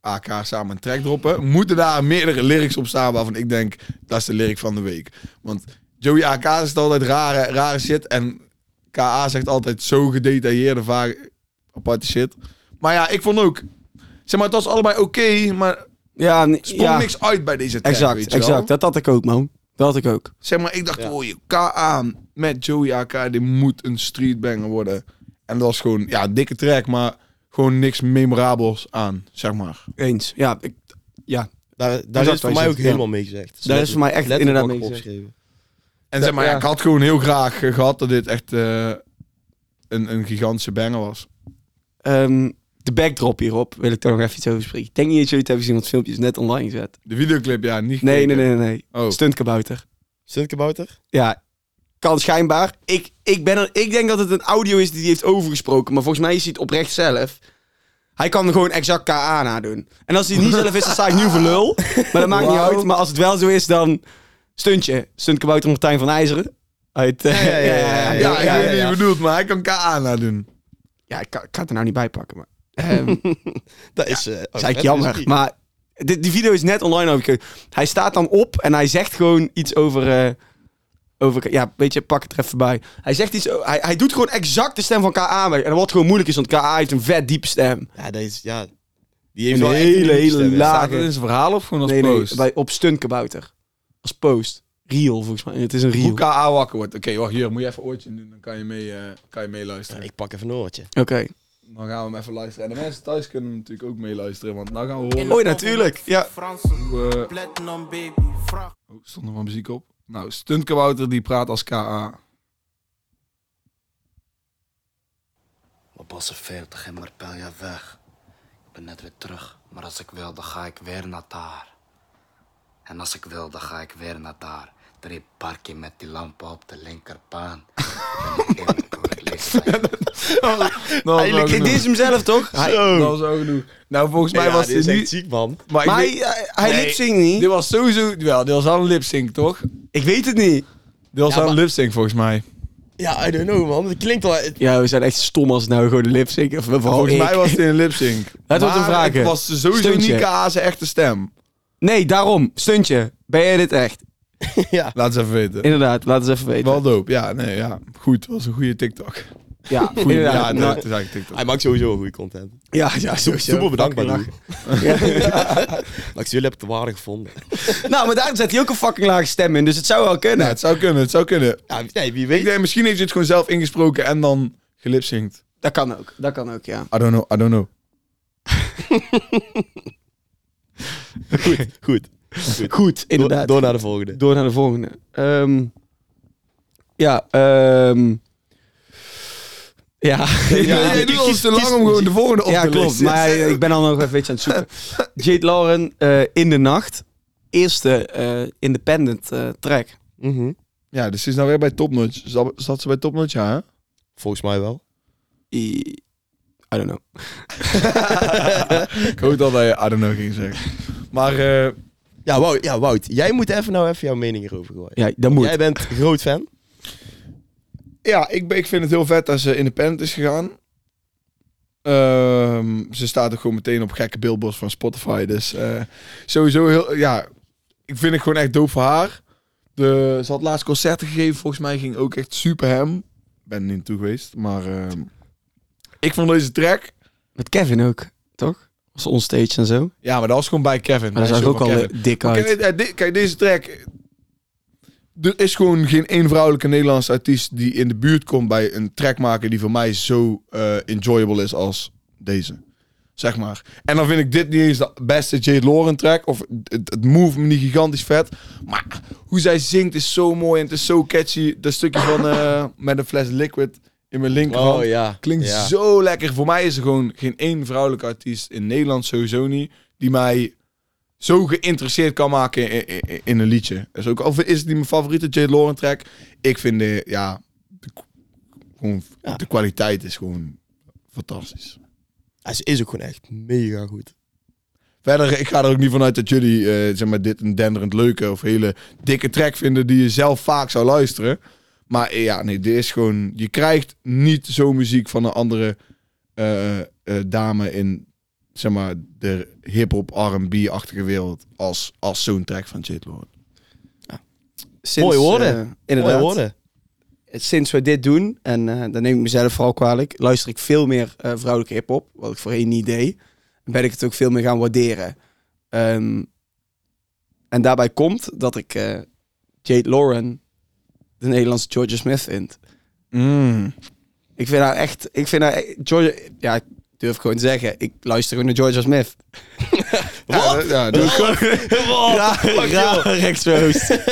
Speaker 1: AK samen een track droppen... moeten daar meerdere lyrics op staan waarvan ik denk... dat is de lyric van de week. Want Joey AK zegt altijd rare, rare shit... en K.A. zegt altijd zo gedetailleerde, vaak aparte shit. Maar ja, ik vond ook... Zeg maar, het was allebei oké, maar
Speaker 2: ja, nee,
Speaker 1: sprong
Speaker 2: ja.
Speaker 1: niks uit bij deze track, weet
Speaker 2: Exact,
Speaker 1: je wel?
Speaker 2: exact. Dat had ik ook, man. Dat had ik ook.
Speaker 1: Zeg maar, ik dacht,
Speaker 3: Ja.
Speaker 1: oh, je K.A. met Joey AK, dit moet een streetbanger worden. En dat was gewoon, ja, dikke track, maar gewoon niks memorabels aan, zeg maar.
Speaker 2: Eens. Ja, ik, ja.
Speaker 3: Daar,
Speaker 2: Exact
Speaker 3: daar is
Speaker 2: wat
Speaker 3: voor
Speaker 2: je
Speaker 3: mij
Speaker 2: zegt,
Speaker 3: ook
Speaker 2: ja.
Speaker 3: helemaal mee gezegd. Dus
Speaker 2: daar is voor mij echt
Speaker 3: Letterlijk
Speaker 2: inderdaad
Speaker 3: ook
Speaker 2: mee gezegd.
Speaker 3: opgeschreven.
Speaker 1: En zeg maar, ja,
Speaker 2: ja.
Speaker 1: ik had gewoon heel graag eh, gehad dat dit echt eh, een, een gigantische banger was.
Speaker 2: Ehm, de backdrop hierop wil ik toch nog even iets over spreken. Ik denk niet dat jullie het hebben gezien, want het filmpje is net online gezet.
Speaker 1: De videoclip, ja, niet
Speaker 2: Nee, nee,
Speaker 1: gekeken.
Speaker 2: nee, nee.
Speaker 1: Oh,
Speaker 2: Stuntkabouter.
Speaker 3: Stuntkabouter?
Speaker 2: Ja, kan schijnbaar. Ik, ik, ben er, ik denk dat het een audio is die hij heeft overgesproken, maar volgens mij is hij het oprecht zelf. Hij kan er gewoon exact KA nadoen. En als hij het niet zelf is, dan sta ik nu voor lul. Maar dat maakt niet
Speaker 1: Wauw.
Speaker 2: uit. Maar als het wel zo is, dan stuntje. Stuntkabouter Martijn van IJzeren. Uit, eh,
Speaker 3: Ja, ja, ja,
Speaker 1: ja,
Speaker 3: ja, ja,
Speaker 1: ik
Speaker 3: ja,
Speaker 1: weet niet
Speaker 3: ja.
Speaker 1: wat je bedoelt, maar hij kan K.A. nadoen.
Speaker 2: Ja, ik kan, ik kan het er nou niet bij pakken, maar... ehm,
Speaker 3: Dat is... eh,
Speaker 2: Oh, Dat is eigenlijk
Speaker 3: Fred
Speaker 2: jammer.
Speaker 3: Disney.
Speaker 2: Maar dit- die video is net online overgekeken. Hij staat dan op en hij zegt gewoon iets over... eh, over ja, weet je, pak het er even bij. Hij zegt iets... o- Hij, hij doet gewoon exact de stem van K.A. mee. En wat gewoon moeilijk is, want K.A. heeft een vet diepe stem.
Speaker 3: Ja, dat is... Ja. Die
Speaker 2: Een
Speaker 3: wel echt
Speaker 2: hele,
Speaker 3: een
Speaker 2: hele
Speaker 3: stem, hè.
Speaker 2: laag-
Speaker 1: Staat dat in zijn verhaal of gewoon als
Speaker 2: nee,
Speaker 1: post?
Speaker 2: nee, bij, op Stuntkabouter. Als post. Reel, volgens mij. Het is een reel.
Speaker 1: Hoe
Speaker 2: Oké.
Speaker 1: K.A. wakker wordt. Oké, wacht, hier, moet je even oortje doen, dan kan je, mee, eh, kan je meeluisteren.
Speaker 3: Ik pak even een oortje.
Speaker 1: Dan gaan we hem even luisteren. En de mensen thuis kunnen hem natuurlijk ook meeluisteren, want nou gaan we horen
Speaker 2: Oei, natuurlijk. Oh Ja.
Speaker 4: Fransen,
Speaker 1: hoe... eh,
Speaker 4: platinum baby, vraag.
Speaker 1: Oh, stond er wat muziek op? Nou, Stuntkabouter die praat als KA.
Speaker 5: Mijn bossen 40 en Marbella weg. Ik ben net weer terug, maar als ik wil, dan ga ik weer naar daar. En als ik wil, dan ga ik weer naar daar. Drie parken met die lampen op de linkerbaan. Ik ben niet eerlijk hoor, ik lees het uit.
Speaker 1: Nou,
Speaker 2: Eigenlijk, dit is hem zelf, toch? Hij,
Speaker 1: Dat was ook genoeg. Nou, volgens mij
Speaker 3: Oh. Ja,
Speaker 1: was
Speaker 3: dit is
Speaker 1: dit
Speaker 3: echt
Speaker 1: niet...
Speaker 3: ziek, man.
Speaker 1: Maar,
Speaker 2: maar
Speaker 1: ik
Speaker 2: hij,
Speaker 1: weet-
Speaker 2: hij- eh, hij
Speaker 1: Nee.
Speaker 2: lipzingt niet.
Speaker 1: dit was sowieso... Wel, dit was al een lipsync, toch?
Speaker 2: Ik weet het niet.
Speaker 1: Dit was
Speaker 3: Ja,
Speaker 1: al een
Speaker 3: maar-
Speaker 1: lipsync, volgens mij.
Speaker 3: Ja, I don't know, man. Het klinkt al... Het,
Speaker 2: Ja, we zijn echt stom als het nou gewoon een lipzink. Of
Speaker 3: Oh,
Speaker 2: vooral
Speaker 1: Volgens
Speaker 2: ik.
Speaker 1: mij was dit een lipsync.
Speaker 2: wordt een
Speaker 1: Maar
Speaker 2: vraag, hè.
Speaker 1: Het was sowieso
Speaker 2: Steuntje.
Speaker 1: niet KA zijn echte stem.
Speaker 2: Nee, daarom. Stuntje. Ben jij dit echt?
Speaker 1: Laat eens even weten.
Speaker 2: Inderdaad, laat eens even weten.
Speaker 1: Wel dope. Ja, nee, ja. Goed, was een goede TikTok.
Speaker 2: Ja,
Speaker 1: Goeie, ja,
Speaker 2: inderdaad.
Speaker 1: nee,
Speaker 2: Nou,
Speaker 1: het is eigenlijk TikTok.
Speaker 3: hij maakt sowieso wel goede content.
Speaker 2: ja, ja, sowieso.
Speaker 3: Super bedankbaar,
Speaker 2: Fucking
Speaker 3: Roe. Dankzij jullie hebben het waarde gevonden.
Speaker 2: laag. Nou, maar daar zet hij ook een fucking lage stem in, dus het zou wel
Speaker 1: Ja,
Speaker 2: kunnen.
Speaker 1: het zou kunnen, het zou kunnen.
Speaker 3: Ja, nee, wie
Speaker 1: Ik
Speaker 3: weet.
Speaker 1: denk, misschien heeft hij het gewoon zelf ingesproken en dan gelipsynct.
Speaker 2: Dat kan ook, dat kan ook, ja.
Speaker 1: I don't know, I don't know.
Speaker 3: Goed, goed.
Speaker 2: Goed,
Speaker 3: Door-
Speaker 2: inderdaad.
Speaker 3: Door naar de volgende.
Speaker 2: Door naar de volgende. Ehm, ja, ehm ja.
Speaker 1: Ja, jij doet ons te lang om gewoon de volgende op
Speaker 2: ja,
Speaker 1: te
Speaker 2: klopt.
Speaker 1: lezen.
Speaker 2: Maar eh, ik ben al nog even een beetje aan het zoeken. Jade Lauren, eh, In de Nacht. Eerste eh, independent eh, track.
Speaker 3: Mhm.
Speaker 1: Ja, dus ze is nou weer bij Topnotch. Zat, zat ze bij Topnotch, ja? Hè?
Speaker 3: Volgens mij wel.
Speaker 2: I, I don't know.
Speaker 1: Ik hoop al dat je I don't know ging zeggen. Maar eh,
Speaker 3: Ja, Wout, ja, Wout jij moet even nou even jouw mening hierover gooien.
Speaker 2: Ja, dat moet.
Speaker 3: Jij bent groot fan.
Speaker 1: ja, ik, ben- ik vind het heel vet dat ze independent is gegaan. Ehm, ze staat ook gewoon meteen op gekke billboards van Spotify. Dus eh, sowieso heel... Ja, ik vind het gewoon echt doof voor haar. De, ze had laatst concerten gegeven. Volgens mij ging ook echt super hem. Ik ben er niet naartoe geweest. Maar ehm, ik vond deze track...
Speaker 2: Met Kevin ook, toch? was onstage en zo. Maar
Speaker 1: Ja, maar dat was gewoon bij Kevin.
Speaker 2: dat
Speaker 1: Hij
Speaker 2: zag
Speaker 1: is
Speaker 2: er ook
Speaker 1: van
Speaker 2: al
Speaker 1: Kevin.
Speaker 2: eh, dik
Speaker 1: Maar
Speaker 2: uit.
Speaker 1: Kijk, eh, di- kijk, deze track. Er is gewoon geen één vrouwelijke Nederlandse artiest die in de buurt komt bij een trackmaker die voor mij zo eh, enjoyable is als deze. Zeg maar. En dan vind ik dit niet eens de beste Jade Lauren track. Of het, het move me niet gigantisch vet. Maar hoe zij zingt is zo mooi en het is zo catchy. Dat stukje van eh, met een fles liquid in mijn linkerhand.
Speaker 3: Oh ja.
Speaker 1: Klinkt
Speaker 3: ja.
Speaker 1: zo lekker. Voor mij is er gewoon geen één vrouwelijke artiest in Nederland sowieso niet die mij zo geïnteresseerd kan maken in, in, in een liedje. Dus ook al is het niet mijn favoriete Jade Lauren track, ik vind de, ja, de, k- gewoon,
Speaker 3: Ja.
Speaker 1: de kwaliteit is gewoon fantastisch.
Speaker 3: Hij is- is ook gewoon echt mega goed.
Speaker 1: Verder, ik ga er ook niet vanuit dat jullie eh, zeg maar dit een denderend leuke of hele dikke track vinden die je zelf vaak zou luisteren. Maar eh, ja, nee, dit is gewoon. Je krijgt niet zo'n muziek van een andere eh, eh, dame in zeg maar de hip-hop RB-achtige wereld als, als zo'n track van Jade Lauren.
Speaker 2: Sinds,
Speaker 3: Mooie woorden.
Speaker 2: eh, inderdaad.
Speaker 3: Mooie woorden.
Speaker 2: Sinds we dit doen, en eh dat neem ik mezelf vooral kwalijk, luister ik veel meer eh, vrouwelijke hip-hop, wat ik voorheen niet deed. En ben ik het ook veel meer gaan waarderen. Ehm, en daarbij komt dat ik eh, Jade Lauren de Nederlandse Georgia Smith vind. Ik vind haar echt, ik vind haar, e- Georgia, ja, ik durf gewoon te zeggen, ik luister gewoon naar Georgia Smith.
Speaker 1: Ja, ja, dus- dat
Speaker 2: Raar, raar exposed.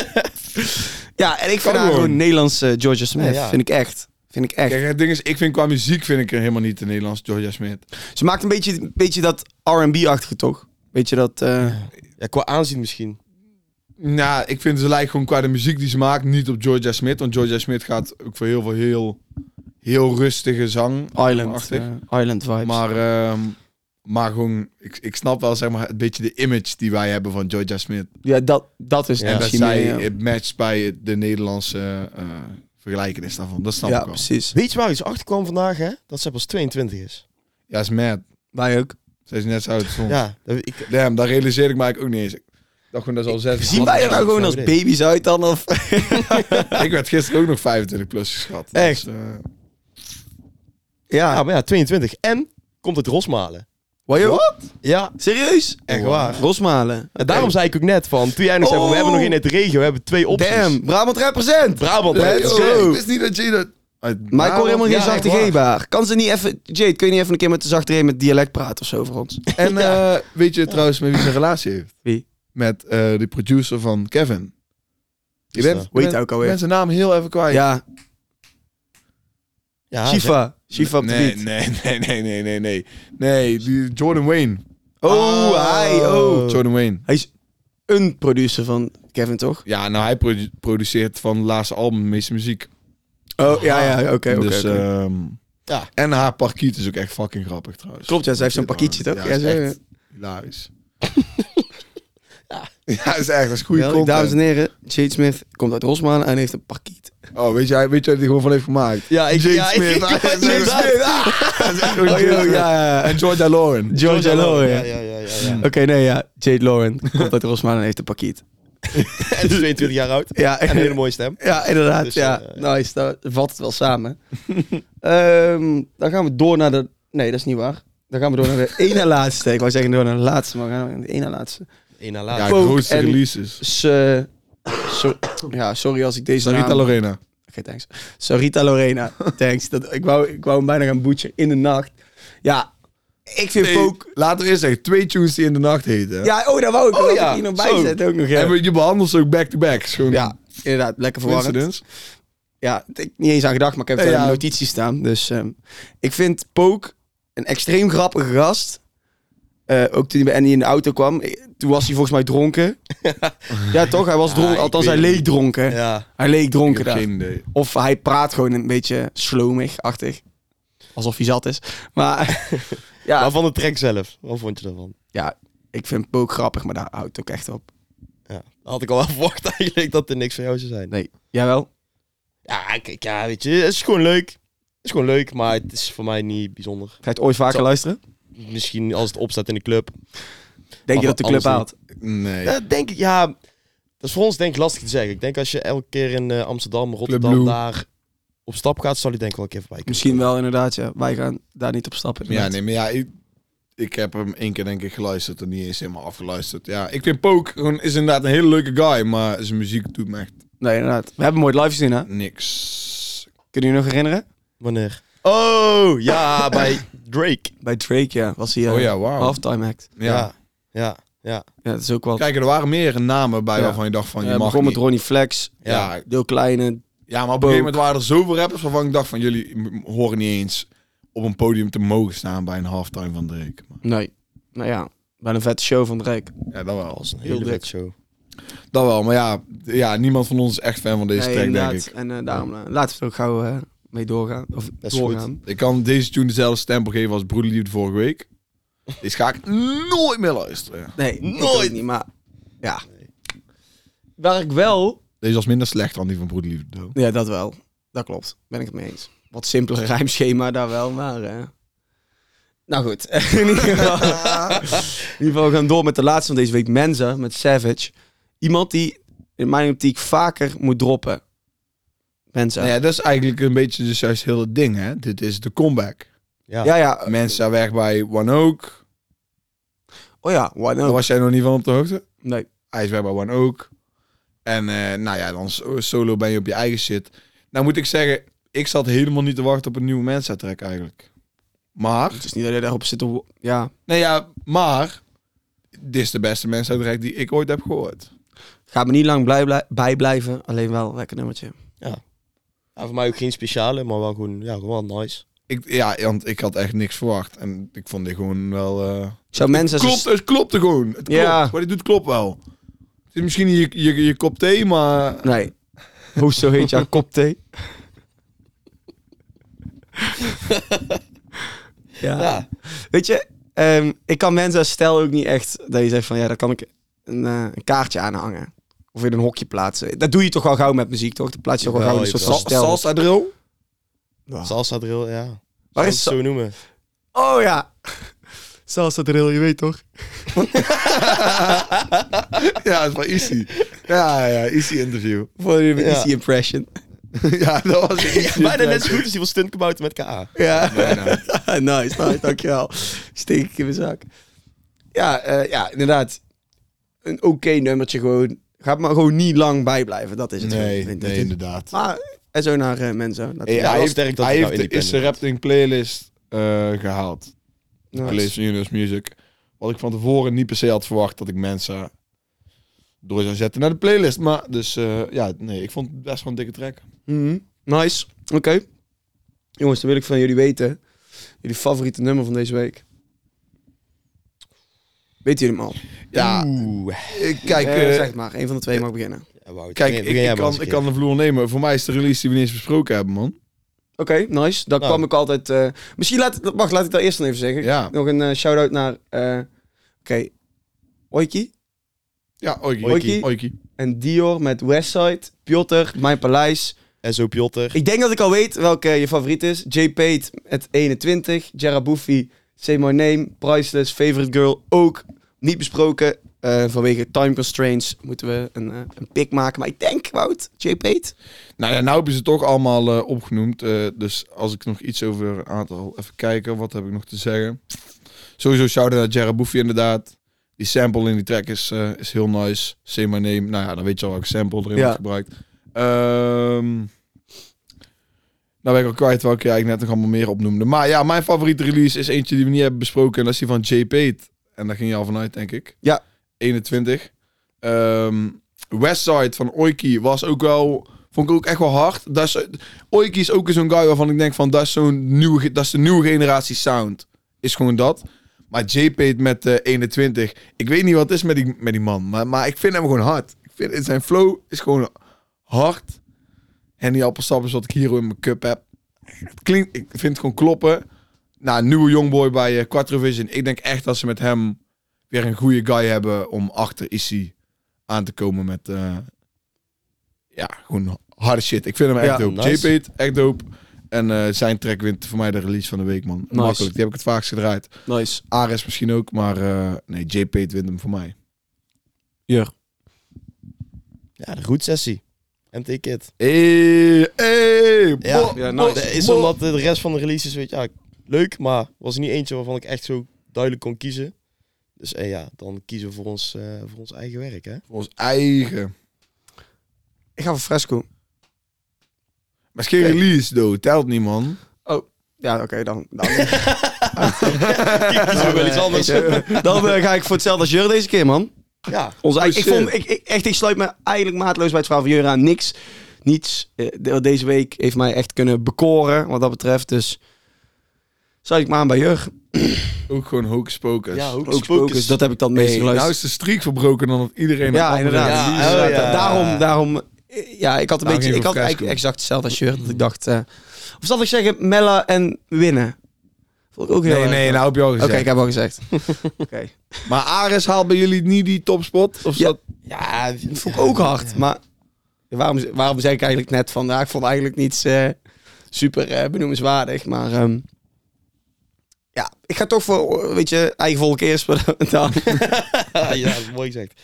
Speaker 2: ja, en ik vind haar
Speaker 1: gewoon.
Speaker 2: gewoon Nederlandse Georgia Smith,
Speaker 3: Ja, ja.
Speaker 2: vind ik echt. Vind ik echt.
Speaker 1: Kijk, het ding is, ik vind qua muziek vind ik er helemaal niet de Nederlandse Georgia Smith.
Speaker 2: Ze maakt een beetje, beetje dat R&B-achtige, toch? Beetje dat... eh,
Speaker 3: Ja, qua aanzien misschien.
Speaker 1: Nou, ik vind ze lijkt gewoon qua de muziek die ze maakt niet op Georgia Smith. Want Georgia Smith gaat ook voor heel veel heel, heel rustige zang.
Speaker 2: island.
Speaker 1: Achtig.
Speaker 2: eh, island vibes.
Speaker 1: maar, ehm, maar gewoon, ik, ik snap wel zeg maar een beetje de image die wij hebben van Georgia Smith.
Speaker 2: ja, dat, dat is
Speaker 3: Ja,
Speaker 2: het
Speaker 1: en dat
Speaker 2: misschien eh,
Speaker 1: zij
Speaker 2: meer, ja.
Speaker 1: het matcht bij de Nederlandse eh vergelijkenis daarvan. Dat snap
Speaker 2: ja,
Speaker 1: ik wel.
Speaker 2: precies.
Speaker 3: Weet je waar ik eens achter kwam vandaag, hè? Dat zij pas 22 is.
Speaker 1: Ja, is mad.
Speaker 2: Wij ook.
Speaker 1: Ze is net zo oud als ons.
Speaker 3: Ja, dat, ik,
Speaker 1: Damn, dat realiseer ik me eigenlijk ook niet eens. Ik dacht gewoon, dat is al zes
Speaker 2: Zien wij er nou gewoon als baby's uit dan? Of?
Speaker 1: Ik werd gisteren ook nog 25 plus geschat. Dus,
Speaker 2: Echt?
Speaker 1: eh,
Speaker 3: ja. ah, maar ja, 22. En komt het Rosmalen.
Speaker 2: Wat?
Speaker 3: Ja,
Speaker 2: Serieus?
Speaker 3: echt waar.
Speaker 2: Rosmalen.
Speaker 3: En daarom zei ik ook net van, toen jij nog zei van, we hebben nog één uit de regio, we hebben twee opties.
Speaker 2: Damn, Brabant represent.
Speaker 3: Brabant,
Speaker 1: Let's
Speaker 3: let's
Speaker 1: go.
Speaker 2: go.
Speaker 1: Ik wist niet dat je dat... Uit
Speaker 2: Maar ik hoor helemaal geen
Speaker 3: ja,
Speaker 2: zachte
Speaker 3: echt waar.
Speaker 2: G baar. Kan ze niet even... Jade, kun je niet even een keer met de zachte G met dialect praten of zo voor ons?
Speaker 1: En eh, weet je trouwens met wie ze een relatie heeft?
Speaker 2: Wie?
Speaker 1: Met eh, de producer van Kevin. Je
Speaker 3: Is
Speaker 1: bent,
Speaker 3: dat?
Speaker 1: je
Speaker 2: Weet
Speaker 1: bent-
Speaker 2: ook alweer.
Speaker 1: je bent zijn naam heel even kwijt.
Speaker 2: Ja,
Speaker 3: Ja,
Speaker 2: Shiva. Shiva op de
Speaker 1: nee,
Speaker 2: beat.
Speaker 1: nee, nee, nee, nee, nee, nee. Nee, die Jordan Wayne.
Speaker 2: Oh, hij, oh.
Speaker 1: Jordan Wayne.
Speaker 2: Hij is een producer van Kevin, toch?
Speaker 1: Ja, nou hij produ- produceert van het laatste album de meeste muziek.
Speaker 2: Oh, ja, ja, oké, oké.
Speaker 1: dus,
Speaker 2: oké.
Speaker 1: ehm,
Speaker 3: Ja.
Speaker 1: En haar parkiet is ook echt fucking grappig trouwens.
Speaker 2: Klopt, ja, zij heeft zo'n pakietje, toch?
Speaker 1: Ja,
Speaker 2: Ja,
Speaker 1: is
Speaker 2: zo,
Speaker 1: echt hilarisch. ja. is echt, dat is goede
Speaker 2: Wel,
Speaker 1: content.
Speaker 2: dames en heren, Jade Smith komt uit Rosmalen en heeft een pakiet.
Speaker 1: Oh, weet jij, weet jij die gewoon van heeft gemaakt?
Speaker 2: Ja, ik
Speaker 1: Jade Smith.
Speaker 2: Jade Smith. ah. Oh, ja, ja, ja.
Speaker 1: En Georgia Lauren.
Speaker 2: Georgia Lauren.
Speaker 3: Ja, ja, ja, ja. ja.
Speaker 2: Oké, nee, ja. Jade Lauren komt uit Rosmalen en heeft een pakiet.
Speaker 3: En is 22 jaar oud.
Speaker 2: Ja,
Speaker 3: En een hele mooie stem.
Speaker 2: Ja, inderdaad.
Speaker 3: Dus,
Speaker 2: ja.
Speaker 3: eh,
Speaker 2: nice, dat valt het wel samen. Ehm, dan gaan we door naar de... Nee, dat is niet waar. Dan gaan we door naar de ene laatste. Ik wou zeggen door naar de laatste, maar we gaan naar de ene laatste.
Speaker 3: Eén na
Speaker 1: Ja,
Speaker 3: laatste.
Speaker 2: Coke
Speaker 1: grootste
Speaker 2: en-
Speaker 1: releases.
Speaker 2: Ze... so- ja, sorry als ik deze
Speaker 1: Sarita
Speaker 2: naam...
Speaker 1: Lorena.
Speaker 2: Oké, thanks. Sarita Lorena, thanks. Dat, ik, wou, ik wou hem bijna gaan boetsen in de nacht. Ja, ik vind
Speaker 1: Nee,
Speaker 2: ook...
Speaker 1: laten we eerst zeggen, twee tunes die in de nacht heten.
Speaker 2: Ja, oh, daar wou ik,
Speaker 3: Oh
Speaker 2: oh,
Speaker 3: ja,
Speaker 2: ik hier nog bij
Speaker 3: zo.
Speaker 2: zetten ook nog. Ja.
Speaker 1: En we- je behandelt ze ook back-to-back. Zo'n
Speaker 2: ja, inderdaad, lekker verwarrend.
Speaker 1: coincidence.
Speaker 2: Ja, ik heb niet eens aan gedacht, maar ik heb het
Speaker 1: Ja,
Speaker 2: wel in
Speaker 1: ja.
Speaker 2: mijn notities staan. Dus ehm, ik vind Pook een extreem grappige gast. Eh, ook toen hij bij Andy in de auto kwam. eh, Toen was hij volgens mij dronken. ja, toch? Hij was dronken.
Speaker 3: ik
Speaker 2: Althans,
Speaker 3: weet
Speaker 2: hij
Speaker 3: het
Speaker 2: leek
Speaker 3: niet.
Speaker 2: dronken.
Speaker 3: Ja.
Speaker 2: Hij leek
Speaker 1: Ik
Speaker 2: dronken
Speaker 1: heb
Speaker 2: daar.
Speaker 1: geen idee.
Speaker 2: Of hij praat gewoon een beetje slomig-achtig. Alsof hij zat is. Maar ja,
Speaker 3: Maar van de track zelf, wat vond je daarvan?
Speaker 2: ja, ik vind Pook grappig, maar daar houdt het ook echt op.
Speaker 3: Ja. Dat Had ik al wel verwacht eigenlijk dat er niks van jou zou zijn.
Speaker 2: Nee, jawel.
Speaker 3: Ja, kijk, ja, weet je, het is gewoon leuk. Het is gewoon leuk, maar het is voor mij niet bijzonder.
Speaker 2: Ga je het ooit vaker
Speaker 3: Zo.
Speaker 2: luisteren?
Speaker 3: Misschien als het opstaat in de club.
Speaker 2: Denk je dat
Speaker 3: Maar
Speaker 2: de
Speaker 3: voor
Speaker 2: club haalt?
Speaker 3: alles
Speaker 1: Nee.
Speaker 3: Ja, denk ik, ja. Dat is voor ons denk ik lastig te zeggen. Ik denk als je elke keer in eh, Amsterdam,
Speaker 1: Blue.
Speaker 3: Rotterdam, daar op stap gaat, zal je denk ik wel een keer voorbij komen.
Speaker 2: Misschien wel, inderdaad. Ja. Wij gaan daar niet op stappen.
Speaker 1: Ja, nee, maar ja, ik- ik heb hem één keer denk ik geluisterd en niet eens helemaal afgeluisterd. Ja, ik vind Pook gewoon is inderdaad een hele leuke guy, maar zijn muziek doet me echt
Speaker 2: Nee, inderdaad. We hebben hem ooit live gezien, hè?
Speaker 1: niks.
Speaker 2: Kunnen jullie nog herinneren?
Speaker 3: Wanneer? Oh, ja, bij Drake.
Speaker 2: Bij Drake, ja. Was hij eh,
Speaker 1: Oh ja, wauw.
Speaker 2: halftime act.
Speaker 1: Ja.
Speaker 3: Ja, ja.
Speaker 2: Ja, dat is ook wel...
Speaker 1: Kijk, er waren meer namen bij
Speaker 2: Ja.
Speaker 1: waarvan je dacht van, je
Speaker 2: Eh,
Speaker 1: mag
Speaker 2: begon met
Speaker 1: niet.
Speaker 2: Ronnie Flex,
Speaker 1: Ja,
Speaker 2: Deel Kleine.
Speaker 1: Ja, maar op een gegeven moment waren er zoveel rappers waarvan ik dacht van jullie m- horen niet eens op een podium te mogen staan bij een halftime van Drake. Maar,
Speaker 2: Nee. Nou ja, bij een vette show van Drake.
Speaker 1: ja, dat wel.
Speaker 3: Dat was een
Speaker 2: Heel
Speaker 3: hele
Speaker 2: dik.
Speaker 3: vet show.
Speaker 1: Dat wel, maar ja, d- ja, niemand van ons is echt fan van deze
Speaker 2: Nee,
Speaker 1: track,
Speaker 2: inderdaad.
Speaker 1: denk ik.
Speaker 2: En eh, daarom eh, laten we er ook gauw eh, mee doorgaan. Of
Speaker 3: Dat is
Speaker 2: doorgaan.
Speaker 1: Ik kan deze tune dezelfde stempel geven als Broederliefde vorige week. Deze ga ik nooit meer luisteren.
Speaker 2: Nee, nooit.
Speaker 3: Nooit.
Speaker 2: niet, maar ja. Waar ik wel...
Speaker 1: Deze was minder slecht dan die van Broederliefde. though.
Speaker 2: Ja, dat wel. Dat klopt. Ben ik het mee eens. Wat simpeler rijmschema daar wel, maar... eh, Nou goed. in, ieder geval, in ieder geval, we gaan door met de laatste van deze week. Mensa met Savage. Iemand die in mijn optiek vaker moet droppen. Mensa.
Speaker 1: Nou ja, dat is eigenlijk een beetje dus juist heel het ding, hè. Dit is de comeback.
Speaker 3: ja.
Speaker 2: ja, ja.
Speaker 1: Mensen zijn weg bij One Oak.
Speaker 2: Oh ja, why
Speaker 1: Daar
Speaker 2: not?
Speaker 1: was jij nog niet van op de hoogte?
Speaker 2: Nee.
Speaker 1: Hij is bij One ook. En eh, nou ja, dan so- solo ben je op je eigen shit. Nou moet ik zeggen, ik zat helemaal niet te wachten op een nieuwe Mensa track eigenlijk. Maar,
Speaker 2: Het is niet dat je daarop zit te... wo- Ja,
Speaker 1: nee ja, maar, dit is de beste Mensa track die ik ooit heb gehoord.
Speaker 2: Gaat me niet lang blij, blij- bij blijven, alleen wel een lekker nummertje.
Speaker 3: Ja, voor mij ook geen speciale, maar wel gewoon, ja, gewoon wel nice.
Speaker 1: Ik, ja, want ik had echt niks verwacht. En ik vond dit gewoon wel... eh,
Speaker 2: Ik zou mensen als een
Speaker 3: dus-
Speaker 1: klopt, het klopte gewoon. Het klopt.
Speaker 2: Ja.
Speaker 1: Wat hij doet klopt wel. Het is misschien niet je, je, je kop thee, maar...
Speaker 2: st- Nee. Hoe zo heet jouw kop thee? ja.
Speaker 3: Ja.
Speaker 2: Weet je, ehm, ik kan mensen als stel ook niet echt dat je zegt van ja, daar kan ik een, eh, een kaartje aan hangen. Of in een hokje plaatsen. Dat doe je toch wel gauw met muziek, toch? Dan plaats je toch wel
Speaker 3: Jawel,
Speaker 2: gauw in een soort van
Speaker 1: Sal-
Speaker 2: stel.
Speaker 1: Salsa drill?
Speaker 2: Ja.
Speaker 3: Salsa drill, ja. Zou
Speaker 2: Waar
Speaker 3: het
Speaker 2: is
Speaker 3: zo noemen?
Speaker 2: Oh ja. Salsa drill, je weet toch?
Speaker 1: Ja, dat is wel Easy. Ja, ja, Easy interview.
Speaker 2: Voor een
Speaker 3: Ja.
Speaker 2: easy impression.
Speaker 1: ja, dat was een Easy
Speaker 3: Bijna net
Speaker 1: interview.
Speaker 3: zo goed als die van Stuntkabouter met KA.
Speaker 2: Ja. nice, nice, dankjewel. Steek ik in mijn zak. Ja, eh, ja inderdaad. Een oké nummertje gewoon. Gaat maar gewoon niet lang bijblijven. Dat is het.
Speaker 1: Nee,
Speaker 2: gewoon.
Speaker 1: nee, inderdaad.
Speaker 2: Maar en zo naar eh, mensen. Dat-
Speaker 1: Hey,
Speaker 3: Ja,
Speaker 1: hij
Speaker 3: wel
Speaker 1: heeft,
Speaker 3: sterk dat
Speaker 1: hij
Speaker 3: hij nou
Speaker 1: heeft de is de
Speaker 3: independent
Speaker 1: Rapting playlist eh, gehaald.
Speaker 2: nice.
Speaker 1: Playlist van Universe Music. Wat ik van tevoren niet per se had verwacht dat ik mensen door zou zetten naar de playlist. Maar dus eh, ja, nee, ik vond het best wel een dikke track.
Speaker 2: Mhm. Nice. Oké. Jongens, dan wil ik van jullie weten. Jullie favoriete nummer van deze week. Weten jullie hem al?
Speaker 1: Ja,
Speaker 3: Oeh.
Speaker 1: ik- kijk,
Speaker 2: Eh,
Speaker 1: eh,
Speaker 2: zeg maar. Een van de twee mag beginnen. Oké,
Speaker 3: Ja, Wout,
Speaker 1: kijk
Speaker 3: begin-
Speaker 1: ik,
Speaker 3: begin jij
Speaker 1: ik,
Speaker 3: maar eens
Speaker 1: kan,
Speaker 3: een
Speaker 1: ik kan de vloer nemen. Voor mij is de release die we niet eens besproken hebben, man.
Speaker 2: nice. Daar
Speaker 3: Nou.
Speaker 2: kwam ik altijd... eh, misschien laat, wacht, laat ik daar eerst dan even zeggen.
Speaker 1: Ja,
Speaker 2: Nog een eh, shout-out naar... eh, Oké. Oiki
Speaker 1: ja oiki.
Speaker 2: Oiki.
Speaker 1: Oiki.
Speaker 2: en Dior met Westside. Piotr, Mijn Paleis.
Speaker 3: keer. En zo Piotr.
Speaker 2: Ik denk dat ik al weet welke je favoriet is. J. Pate met 21. Jera Boofy, Say My Name. Priceless, Favorite Girl. Ook niet besproken. Eh, vanwege time constraints moeten we een, eh, een pick maken. Maar ik denk, Wout, J. Pate.
Speaker 1: Nou ja, nou hebben ze het toch allemaal eh, opgenoemd. eh, dus als ik nog iets over een aantal... Even kijken, wat heb ik nog te zeggen? Sowieso shout-out naar Jared Boefy inderdaad. Die sample in die track is, eh, is heel nice. Say my name. Nou ja, dan weet je al welke sample erin
Speaker 2: Ja.
Speaker 1: wordt gebruikt. Ehm, nou ben ik al kwijt welke ja, ik net nog allemaal meer opnoemde. Maar ja, mijn favoriete release is eentje die we niet hebben besproken. En dat is die van J. Pate. En daar ging je al vanuit, denk ik.
Speaker 2: Ja.
Speaker 1: 21. Ehm Westside van Oiki was ook wel... Vond ik ook echt wel hard. Dat is, Oiki is ook weer zo'n guy waarvan ik denk van... Dat is, zo'n nieuwe, ge- dat is de nieuwe generatie sound. Is gewoon dat. Maar J-Pate met eh 21. Ik weet niet wat het is met die, met die man. Maar, maar ik vind hem gewoon hard. Ik vind, het- zijn flow is gewoon hard. Henny Appelsap is wat ik hier in mijn cup heb. Het klinkt, ik vind het gewoon kloppen. Nou, nieuwe jongboy bij eh, Quattrovision. Ik denk echt dat ze met hem weer een goede guy hebben om achter Issy aan te komen met... eh, ja, gewoon harde shit. Ik vind hem echt
Speaker 2: Ja,
Speaker 1: dope.
Speaker 3: nice.
Speaker 1: J-Pate, echt dope. En eh, zijn track wint voor mij de release van de week, man.
Speaker 2: Nice.
Speaker 1: Makkelijk, die heb ik het vaakst gedraaid.
Speaker 2: Nice.
Speaker 1: Ares misschien ook, maar eh, nee, JP wint hem voor mij.
Speaker 3: Ja, de goed sessie. MT Kid.
Speaker 1: Hey, hey,
Speaker 3: Ja, nou,
Speaker 1: bo-
Speaker 2: ja,
Speaker 1: bo-
Speaker 2: nice.
Speaker 3: Dat is
Speaker 1: bo-
Speaker 3: omdat de rest van de releases, weet je, ja, leuk, maar was er niet eentje waarvan ik echt zo duidelijk kon kiezen. Dus eh, ja, dan kiezen we voor ons, eh, voor ons eigen werk, hè?
Speaker 1: Voor ons eigen.
Speaker 2: Ik ga voor Fresco.
Speaker 1: Maar is geen release, though. Telt niet, man.
Speaker 2: Ja, oké, dan, dan,
Speaker 3: Kiezen we wel iets anders.
Speaker 2: dan eh, ga ik voor hetzelfde als Jur deze keer, man.
Speaker 3: Ja,
Speaker 2: Onze eigen, ik,
Speaker 1: shit.
Speaker 2: vond, ik, ik, echt, ik sluit me eigenlijk maatloos bij het verhaal van Jura aan. Niks, niets. eh, de- deze week heeft mij echt kunnen bekoren wat dat betreft. Dus sluit ik me aan bij Jur.
Speaker 1: Ook gewoon hocus pocus.
Speaker 3: ja ook
Speaker 2: Ook Spokers, dat heb ik dan het meeste
Speaker 1: Hey, nou
Speaker 2: geluisterd.
Speaker 1: is de streak verbroken dan dat iedereen...
Speaker 2: ja, inderdaad.
Speaker 3: Ja,
Speaker 2: Ja,
Speaker 3: oh
Speaker 2: inderdaad.
Speaker 3: ja.
Speaker 2: Daarom, daarom, eh, ja, ik had een
Speaker 1: Daarom
Speaker 2: beetje,
Speaker 1: ging
Speaker 2: ik
Speaker 1: je
Speaker 2: had
Speaker 1: voor
Speaker 2: eigenlijk
Speaker 1: Fresco.
Speaker 2: exact hetzelfde als Jur. Dat ik dacht, eh, of zal ik zeggen Mella en winnen? Vond ik ook heel
Speaker 1: Nee,
Speaker 2: erg.
Speaker 1: nee, nou heb je al
Speaker 2: Oké,
Speaker 1: gezegd.
Speaker 2: ik heb al gezegd. Oké.
Speaker 1: Maar Ares haalt bij jullie niet die topspot? Of
Speaker 2: Ja.
Speaker 1: dat...
Speaker 2: Ja, Dus dat vond ik ook hard. Maar waarom, waarom zei ik eigenlijk net van, nou, ik vond eigenlijk niets eh, super eh, benoemenswaardig. Maar ehm, ja, ik ga toch voor, eh, weet je, eigen volk eerst. maar dan-
Speaker 3: ja, ja, dat is mooi gezegd.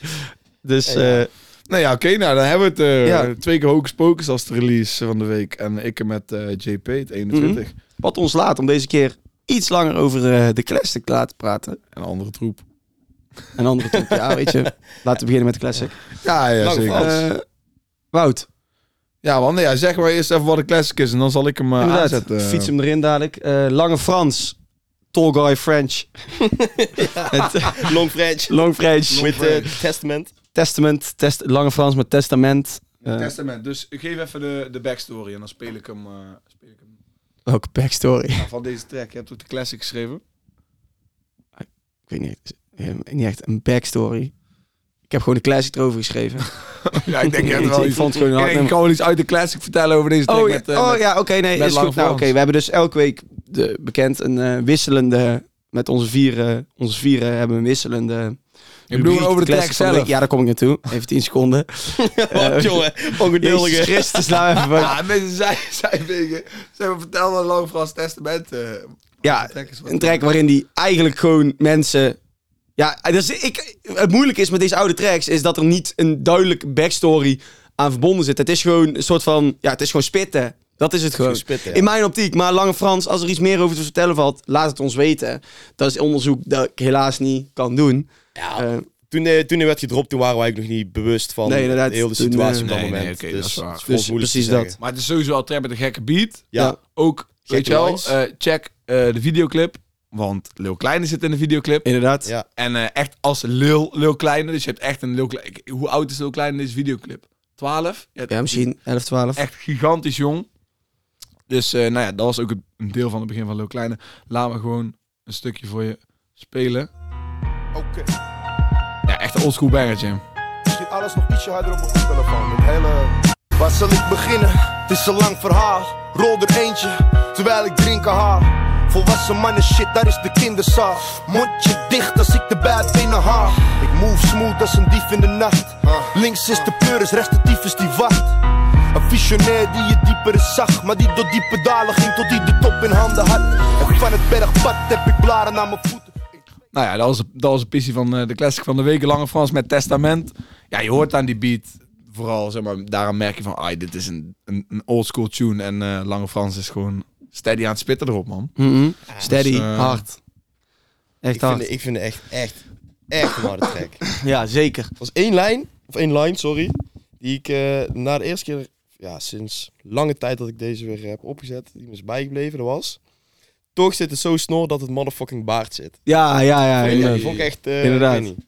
Speaker 2: dus
Speaker 3: Ja, ja.
Speaker 2: eh,
Speaker 1: Nou ja, oké, nou dan hebben we het eh,
Speaker 2: Ja.
Speaker 1: twee keer Hocus Pocus als de release van de week. En ik met eh, JP, het
Speaker 2: Mhm.
Speaker 1: 21.
Speaker 2: wat ons laat om deze keer iets langer over eh, de classic te laten praten.
Speaker 1: En een andere troep.
Speaker 2: En andere top, ja, weet je. Laten we beginnen met de classic.
Speaker 1: Ja, ja,
Speaker 3: Nou,
Speaker 1: zeker.
Speaker 3: Frans.
Speaker 2: Eh, Wout,
Speaker 1: Ja, want ja, zeg maar eerst even wat de classic is en dan zal ik hem eh,
Speaker 2: inderdaad,
Speaker 1: aanzetten.
Speaker 2: fiets hem erin dadelijk. Eh, Lange Frans, Tall Guy French,
Speaker 3: Long French.
Speaker 2: Long French,
Speaker 3: With eh, Testament.
Speaker 2: Testament, test, Lange Frans met Testament. Eh,
Speaker 1: Testament, dus geef even de, de backstory en dan speel ik hem, eh, speel ik hem
Speaker 2: Welke backstory?
Speaker 1: van deze track. Je hebt ook de classic geschreven.
Speaker 2: Ik weet niet, eh, niet echt een backstory. Ik heb gewoon de classic erover geschreven.
Speaker 1: ja, ik denk dat wel.
Speaker 2: ik
Speaker 1: iets-
Speaker 2: vond het
Speaker 1: Ik
Speaker 2: gewoon een hard
Speaker 1: denk, ik
Speaker 2: nummer.
Speaker 1: kan wel iets uit de classic vertellen over deze track.
Speaker 2: Oh,
Speaker 1: met, eh,
Speaker 2: ja, oh
Speaker 1: met-
Speaker 2: ja, oké, nee,
Speaker 1: met
Speaker 2: is
Speaker 1: Lange
Speaker 2: goed. Nou,
Speaker 1: Frans.
Speaker 2: oké, we hebben dus elke week de, bekend een eh, wisselende, met onze vieren, onze vieren hebben we een wisselende...
Speaker 1: Ik bedoel
Speaker 2: rubriek,
Speaker 1: over de track
Speaker 2: classic van
Speaker 1: zelf.
Speaker 2: week. Ja, daar kom ik naartoe. Even 10 seconden. Eh,
Speaker 3: Wat, jongen.
Speaker 2: Jezus
Speaker 3: Ongeduldige.
Speaker 2: Christus, nou even... wat-
Speaker 1: Ja, mensen zijn, zijn dingen. Ze hebben verteld wat Lang Frans Testament. eh,
Speaker 2: Ja,
Speaker 1: track is wat-
Speaker 2: een track waarin die eigenlijk gewoon mensen... Ja, dus ik, het moeilijke is met deze oude tracks... is dat er niet een duidelijke backstory aan verbonden zit. Het is gewoon een soort van... Ja, het is gewoon spitten. Dat is het gewoon.
Speaker 3: spitten, ja.
Speaker 2: In mijn optiek. Maar Lange Frans, als er iets meer over te vertellen valt... laat het ons weten. Dat is onderzoek dat ik helaas niet kan doen.
Speaker 3: Ja,
Speaker 2: Eh,
Speaker 3: Toen, eh, toen hij werd gedropt, toen waren we eigenlijk nog niet bewust van
Speaker 2: Nee, inderdaad.
Speaker 3: de hele
Speaker 2: Toen,
Speaker 3: situatie op
Speaker 1: eh,
Speaker 3: dat
Speaker 1: nee,
Speaker 3: moment.
Speaker 1: nee, oké,
Speaker 3: dus,
Speaker 1: dat is waar.
Speaker 3: het voor ons
Speaker 2: Dus
Speaker 3: moeilijk te
Speaker 2: precies
Speaker 3: zeggen.
Speaker 1: Maar het is sowieso al trap met een gekke beat.
Speaker 3: Ja,
Speaker 2: Ja.
Speaker 1: Ook, weet je wel,
Speaker 3: lines.
Speaker 1: eh, check eh, de videoclip. Want Lil Kleine zit in de videoclip.
Speaker 2: inderdaad.
Speaker 3: Ja.
Speaker 1: En eh, echt als Lil, Lil Kleine. Dus je hebt echt een Lil Kleine. Ik- Hoe oud is Lil Kleine in deze videoclip? 12? Je hebt-
Speaker 2: Ja, misschien 11, 12.
Speaker 1: Echt gigantisch jong. Dus eh, nou ja, dat was ook het- een deel van het begin van Lil Kleine. Laat me gewoon een stukje voor je spelen.
Speaker 6: Oké,
Speaker 1: Ja, echt een oldschool banger, Jim.
Speaker 6: misschien alles nog ietsje harder op mijn telefoon. Het hele... Waar zal ik beginnen? Het is een lang verhaal. Rol er eentje, terwijl ik drinken haal. Volwassen mannen shit, daar is de kinderzaal. Mondje dicht als ik de buit binnenhaal. Ik move smooth als een dief in de nacht. Links is de pleuris, rechts de tyfus die wacht. Een visionair die je diepere zag, maar die door diepe dalen ging tot die de top in handen had. En van het bergpad heb ik blaren aan mijn voeten.
Speaker 1: Nou ja, dat was, dat was een pissie van eh, de classic van de week. Lange Frans met Testament. Ja, je hoort aan die beat. Vooral, zeg maar, daaraan merk je van... Ai, dit is een, een, een oldschool tune. En eh, Lange Frans is gewoon steady aan het spitten erop, man.
Speaker 2: Mhm. Steady,
Speaker 1: dus, eh,
Speaker 2: hard. Echt
Speaker 3: Ik vind,
Speaker 2: hard.
Speaker 3: het- ik vind het echt, echt, echt een harde track.
Speaker 2: Ja, zeker.
Speaker 3: Er was één lijn, of één line, sorry, die ik eh, na de eerste keer, ja, sinds lange tijd dat ik deze weer heb opgezet, die me is bijgebleven, dat was... Toch zit het zo snor dat het motherfucking baard zit.
Speaker 2: Ja, ja, ja.
Speaker 3: Ja,
Speaker 2: Inderdaad.
Speaker 3: die vond ik echt, eh
Speaker 2: Inderdaad.
Speaker 3: ik weet niet,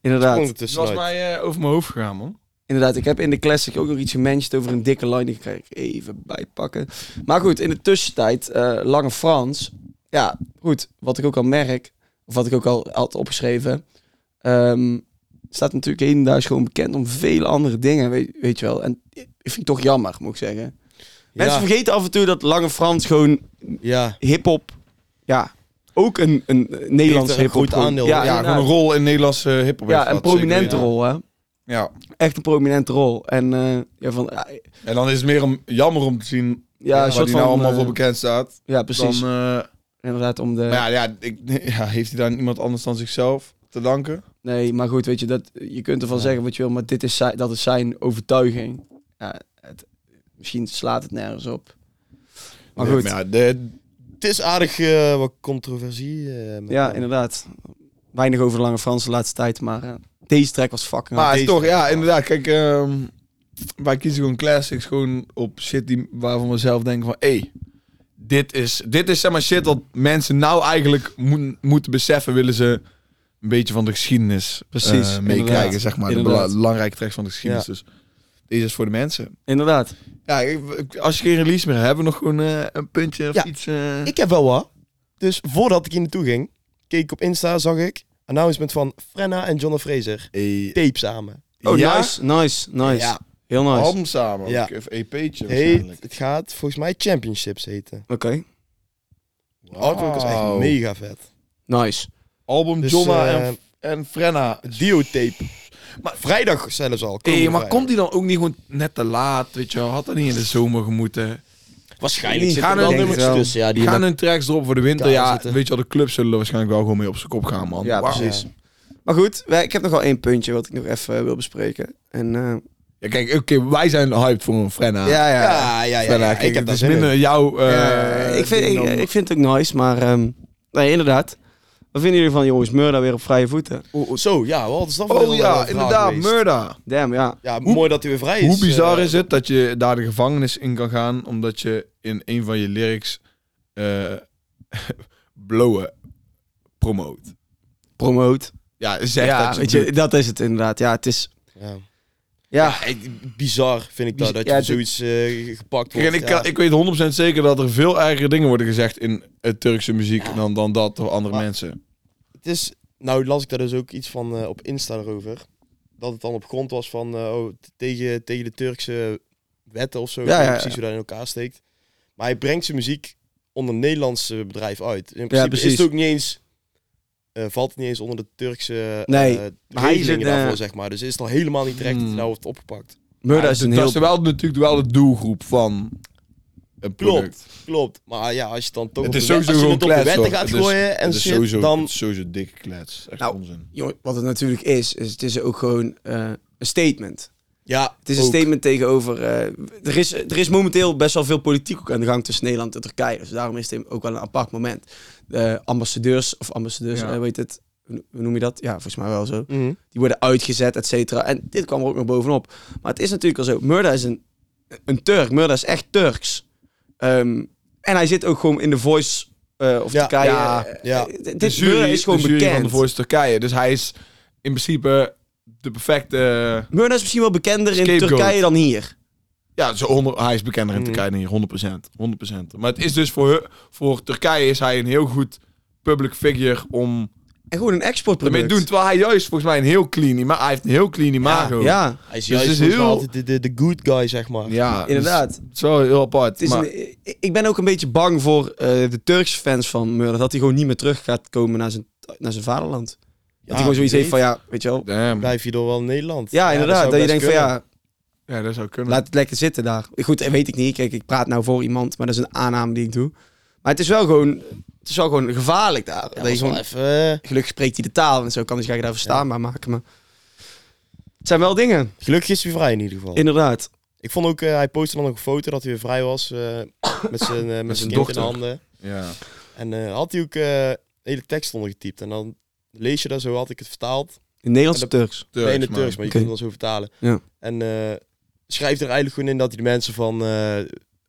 Speaker 2: inderdaad.
Speaker 3: sprong er
Speaker 1: Het was
Speaker 3: tussenuit.
Speaker 1: mij eh, over mijn hoofd gegaan, man.
Speaker 2: Inderdaad, ik heb in de classic ook nog iets gemanaged over een dikke line. Die ga ik even bijpakken. Maar goed, in de tussentijd, eh, Lange Frans. Ja, goed, wat ik ook al merk, of wat ik ook al had opgeschreven, ehm, staat natuurlijk hedendaags gewoon bekend om vele andere dingen, weet, weet je wel. En ik vind ik toch jammer, moet ik zeggen. Mensen
Speaker 3: Ja,
Speaker 2: vergeten af en toe dat Lange Frans gewoon
Speaker 3: ja,
Speaker 2: hip-hop, ja, ook een, een eh,
Speaker 3: er
Speaker 2: Nederlands
Speaker 3: een
Speaker 2: hip-hop
Speaker 3: groot
Speaker 2: gewoon-
Speaker 3: aandeel,
Speaker 2: Ja,
Speaker 3: hoor.
Speaker 1: Ja,
Speaker 2: ja,
Speaker 1: gewoon een rol in Nederlandse
Speaker 2: eh,
Speaker 1: hip-hop. heeft
Speaker 2: ja, een
Speaker 1: gehad,
Speaker 2: prominente
Speaker 1: zeker, ja.
Speaker 2: rol, hè.
Speaker 1: Ja.
Speaker 2: Echt een prominente rol. En eh, ja, van, ja,
Speaker 1: En dan is het meer om, jammer om te zien
Speaker 2: ja, een
Speaker 1: waar
Speaker 2: soort
Speaker 1: die
Speaker 2: van,
Speaker 1: nou allemaal
Speaker 2: eh,
Speaker 1: voor bekend staat.
Speaker 2: Ja, precies.
Speaker 1: Dan, eh,
Speaker 2: Inderdaad, om de.
Speaker 1: maar ja, ja, ik, ja, heeft hij daar iemand anders dan zichzelf te danken?
Speaker 2: Nee, maar goed, weet je, dat, je kunt ervan zeggen wat je wil, maar dit is zijn, dat is zijn overtuiging. Ja, het, misschien slaat het nergens op. Maar
Speaker 1: Nee,
Speaker 2: goed,
Speaker 1: ja, de,
Speaker 3: Het is aardig eh, wat controversie. eh, met
Speaker 2: Ja,
Speaker 3: hem.
Speaker 2: inderdaad. Weinig over de Lange Frans de laatste tijd, maar eh, deze track was fucking hard.
Speaker 1: Maar
Speaker 3: deze-
Speaker 1: toch, ja, inderdaad. Kijk, ehm, wij kiezen gewoon classics. Gewoon op shit die, waarvan we zelf denken van... Hey, dit is, dit is zeg maar shit wat mensen nou eigenlijk moe- moeten beseffen. Willen ze een beetje van de geschiedenis
Speaker 2: Precies,
Speaker 1: eh, meekrijgen,
Speaker 2: inderdaad.
Speaker 1: zeg maar. De
Speaker 2: Inderdaad.
Speaker 1: bela- belangrijke tracks van de geschiedenis. Dus deze is voor de mensen.
Speaker 2: Inderdaad.
Speaker 1: Ja, ik- ik- als je geen release meer hebt, hebben we nog gewoon eh, een puntje of
Speaker 3: Ja,
Speaker 1: iets. eh,
Speaker 3: Ik heb wel wat. Dus voordat ik hier naartoe ging, keek ik op Insta, zag ik announcement van Frenna en John Fraser.
Speaker 1: eh,
Speaker 3: Tape samen.
Speaker 2: Oh,
Speaker 1: ja?
Speaker 2: nice, nice, nice.
Speaker 3: Ja.
Speaker 2: Heel nice. Oké.
Speaker 1: Album samen,
Speaker 3: Ja.
Speaker 1: of EP'tje
Speaker 3: Heet,
Speaker 1: waarschijnlijk.
Speaker 3: het gaat volgens mij Championships heten.
Speaker 1: Wow.
Speaker 3: Artwork is echt mega vet.
Speaker 2: Nice.
Speaker 1: Album
Speaker 3: Dus,
Speaker 1: Jonna
Speaker 3: eh,
Speaker 1: en, en Frenna.
Speaker 3: Duo-tape. Maar vrijdag zelfs al.
Speaker 1: Hey,
Speaker 3: komende
Speaker 1: maar
Speaker 3: vrijdag.
Speaker 1: komt die dan ook niet gewoon net te laat? Weet je, wel? had dat niet in de zomer gemoeten?
Speaker 3: Waarschijnlijk
Speaker 1: Gaan
Speaker 3: zitten
Speaker 1: er
Speaker 3: wel
Speaker 1: denk
Speaker 3: nummers
Speaker 2: ik wel.
Speaker 3: tussen. Ja, die
Speaker 1: Gaan hun tracks erop voor de winter?
Speaker 3: Daar
Speaker 1: Ja,
Speaker 3: zitten.
Speaker 1: weet je wel, de clubs zullen er waarschijnlijk wel gewoon mee op zijn kop gaan, man.
Speaker 2: Ja,
Speaker 1: Wauw.
Speaker 2: precies. Maar goed, wij- ik heb nog wel één puntje wat ik nog even eh, wil bespreken. En, eh,
Speaker 1: Ja, kijk, oké, wij zijn hyped voor een Frenna.
Speaker 2: ja, ja.
Speaker 3: ja, ja, ja,
Speaker 1: Frenna,
Speaker 3: ja.
Speaker 1: kijk,
Speaker 3: Ik
Speaker 1: het
Speaker 3: heb daar
Speaker 1: is
Speaker 3: zin in.
Speaker 1: minder jouw... eh,
Speaker 2: Eh, ik, vind,
Speaker 1: ding
Speaker 2: ik,
Speaker 1: dan-
Speaker 2: ik vind het ook nice, maar ehm, nee, inderdaad. Wat vinden jullie van jongens Murda weer op vrije voeten?
Speaker 3: Zo, ja, wat is dat voor
Speaker 1: Oh
Speaker 3: een
Speaker 1: ja,
Speaker 3: vraag
Speaker 1: inderdaad,
Speaker 3: geweest?
Speaker 1: Murda.
Speaker 2: Damn, ja.
Speaker 3: Ja,
Speaker 1: Hoe-
Speaker 3: mooi dat hij weer vrij is.
Speaker 1: Hoe bizar
Speaker 3: eh,
Speaker 1: is het dat je daar de gevangenis in kan gaan, omdat je in een van je lyrics eh blowen promoot.
Speaker 2: Promote.
Speaker 1: Ja, zeg
Speaker 2: ja,
Speaker 1: dat je...
Speaker 2: weet je, dat is het inderdaad. Ja, het is...
Speaker 3: Ja.
Speaker 2: Ja,
Speaker 3: echt eh, Bizar vind ik dat,
Speaker 2: Bizar-
Speaker 3: dat je
Speaker 2: ja,
Speaker 3: voor zoiets eh, gepakt
Speaker 1: Kijk,
Speaker 3: wordt.
Speaker 1: en ik,
Speaker 3: ja.
Speaker 1: kan- ik weet 100% zeker dat er veel ergere dingen worden gezegd in eh, Turkse muziek dan, dan dat door andere
Speaker 3: Maar-
Speaker 1: mensen.
Speaker 3: Het is, nou las ik daar dus ook iets van eh, op Insta erover. Dat het dan op grond was van eh, oh, t- tegen, tegen de Turkse wetten of zo. ik
Speaker 2: Ja,
Speaker 3: weet
Speaker 2: ja,
Speaker 3: niet precies hoe dat in elkaar steekt. Maar hij brengt zijn muziek onder een Nederlands eh, bedrijf uit. Dus in principe
Speaker 2: precies.
Speaker 3: is het ook niet eens... eh, valt het niet eens onder de Turkse eh
Speaker 2: Nee, maar hij
Speaker 3: regelingen
Speaker 2: zit, eh,
Speaker 3: daarvoor, zeg maar. Dus is het al helemaal niet terecht dat hij
Speaker 1: Hmm.
Speaker 3: nou wordt opgepakt.
Speaker 2: Murda
Speaker 1: Ja, dus
Speaker 2: is een
Speaker 1: dat
Speaker 2: heel...
Speaker 1: is wel natuurlijk wel de doelgroep van een product.
Speaker 3: Klopt, klopt. Maar ja, als je het dan toch
Speaker 1: Het
Speaker 3: op
Speaker 1: is
Speaker 3: de wet-
Speaker 1: sowieso
Speaker 3: als je
Speaker 1: gewoon
Speaker 3: het op de
Speaker 1: klets,
Speaker 3: wetten
Speaker 1: hoor.
Speaker 3: gaat
Speaker 1: Het is-
Speaker 3: gooien en
Speaker 1: Het is
Speaker 3: shit,
Speaker 1: sowieso,
Speaker 3: dan...
Speaker 1: het is sowieso dikke klets. Echt
Speaker 2: Nou,
Speaker 1: onzin.
Speaker 2: Jongen, wat het natuurlijk is, is het is ook gewoon eh, een statement.
Speaker 3: Ja,
Speaker 2: Het is een
Speaker 3: ook.
Speaker 2: statement tegenover... eh, er, is, er is momenteel best wel veel politiek ook aan de gang tussen Nederland en Turkije. Dus daarom is het ook wel een apart moment. De ambassadeurs, of ambassadeurs,
Speaker 1: Ja.
Speaker 2: eh, hoe heet het? Hoe hoe noem je dat? Ja, volgens mij wel zo.
Speaker 3: Mhm.
Speaker 2: Die worden uitgezet, et cetera. En dit kwam er ook nog bovenop. Maar het is natuurlijk al zo. Murda is een, een Turk. Murda is echt Turks. Ehm, en hij zit ook gewoon in de Voice eh, of
Speaker 3: Ja,
Speaker 2: Turkije.
Speaker 1: ja,
Speaker 2: Eh,
Speaker 3: ja.
Speaker 2: eh, Dit Murda is gewoon
Speaker 1: de jury van de
Speaker 2: bekend.
Speaker 1: Voice Turkije. Dus hij is in principe de perfecte...
Speaker 2: Murda is misschien wel bekender in
Speaker 1: Scapegoat.
Speaker 2: Turkije dan hier.
Speaker 1: Ja, zo onder, hij is bekender in
Speaker 3: Mhm.
Speaker 1: Turkije dan hier, 100%. 100%. Maar het is dus voor, hun- voor Turkije is hij een heel goed public figure om...
Speaker 2: En gewoon een exportproduct.
Speaker 1: ermee doen. Terwijl hij juist volgens mij een heel clean ima- Hij heeft een heel clean imago.
Speaker 2: Ja, ja,
Speaker 3: Hij is
Speaker 1: Dus
Speaker 3: juist
Speaker 1: het is
Speaker 3: volgens mij
Speaker 1: heel-
Speaker 3: altijd de, de, de good guy, zeg maar.
Speaker 1: Ja, dus
Speaker 2: inderdaad.
Speaker 1: het is wel heel apart.
Speaker 2: Het is
Speaker 1: maar,
Speaker 2: een- ik- ik ben ook een beetje bang voor eh, de Turkse fans van Murda. Dat hij gewoon niet meer terug gaat komen naar zijn, naar zijn vaderland. Dat hij gewoon zoiets heeft van, ja, weet je wel.
Speaker 1: damn.
Speaker 3: Blijf je door wel in Nederland?
Speaker 2: Ja, inderdaad.
Speaker 3: zou
Speaker 2: dat je
Speaker 3: best
Speaker 2: denkt van,
Speaker 3: kunnen.
Speaker 2: ja,
Speaker 1: Ja, dat zou kunnen.
Speaker 2: Laat het lekker zitten daar. Goed, dat weet ik niet. Kijk, ik praat nou voor iemand, maar dat is een aanname die ik doe. Maar het is wel gewoon, het is wel gewoon gevaarlijk daar. Dat je
Speaker 3: Ja, was wel
Speaker 2: gewoon-
Speaker 3: even... eh,
Speaker 2: gelukkig spreekt hij de taal en zo kan hij zich daar verstaanbaar maken. Maar het zijn wel dingen,
Speaker 3: Gelukkig is hij vrij in ieder geval.
Speaker 2: inderdaad.
Speaker 3: Ik vond ook, eh, hij postte dan ook een foto dat hij weer vrij was. eh, met zijn, eh,
Speaker 1: zijn
Speaker 3: met zijn kind
Speaker 1: dochter.
Speaker 3: in de handen.
Speaker 1: Ja.
Speaker 3: En eh, had hij ook eh hele tekst ondergetypt. En dan lees je dat zo, had ik het vertaald.
Speaker 2: In Nederlands of Turks.
Speaker 1: Turks,
Speaker 3: nee, in het
Speaker 1: man.
Speaker 3: Turks, maar je
Speaker 2: Oké.
Speaker 3: kunt het wel zo vertalen.
Speaker 2: Ja.
Speaker 3: En eh, schrijft er eigenlijk gewoon in dat hij de mensen van... eh,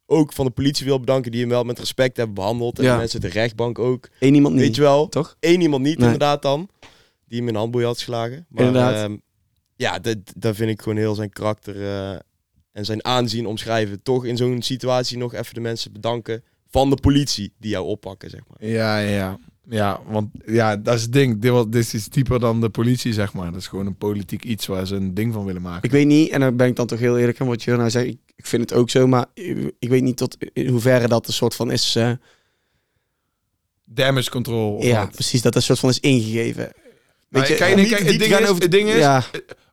Speaker 3: ook van de politie wil bedanken die hem wel met respect hebben behandeld. En
Speaker 2: Ja.
Speaker 3: de mensen uit de rechtbank ook.
Speaker 2: Eén iemand niet,
Speaker 3: Weet je wel?
Speaker 2: toch?
Speaker 3: Eén iemand niet,
Speaker 2: Nee.
Speaker 3: inderdaad dan. Die hem in een handboei had geslagen. Maar,
Speaker 2: Inderdaad.
Speaker 3: ehm, ja, dat, dat vind ik gewoon heel zijn karakter eh, en zijn aanzien omschrijven. Toch in zo'n situatie nog even de mensen bedanken van de politie die jou oppakken, zeg maar.
Speaker 1: Ja, ja, ja. Ja, want ja, dat is het ding. Dit, was, dit is iets dieper dan de politie, zeg maar. Dat is gewoon een politiek iets waar ze een ding van willen maken.
Speaker 2: Ik weet niet, en daar ben ik dan toch heel eerlijk aan wat je nou zegt. Ik, ik vind het ook zo, maar ik, ik weet niet tot in hoeverre dat een soort van is... eh,
Speaker 1: Damage control. of
Speaker 2: ja,
Speaker 1: wat.
Speaker 2: precies, dat een soort van is ingegeven.
Speaker 1: Maar
Speaker 2: je,
Speaker 1: kijk, nee,
Speaker 2: om niet
Speaker 1: kijk,
Speaker 2: te
Speaker 1: het
Speaker 2: diep
Speaker 1: ding
Speaker 2: te gaan
Speaker 1: is-
Speaker 2: over-
Speaker 1: het ding is-
Speaker 2: Ja,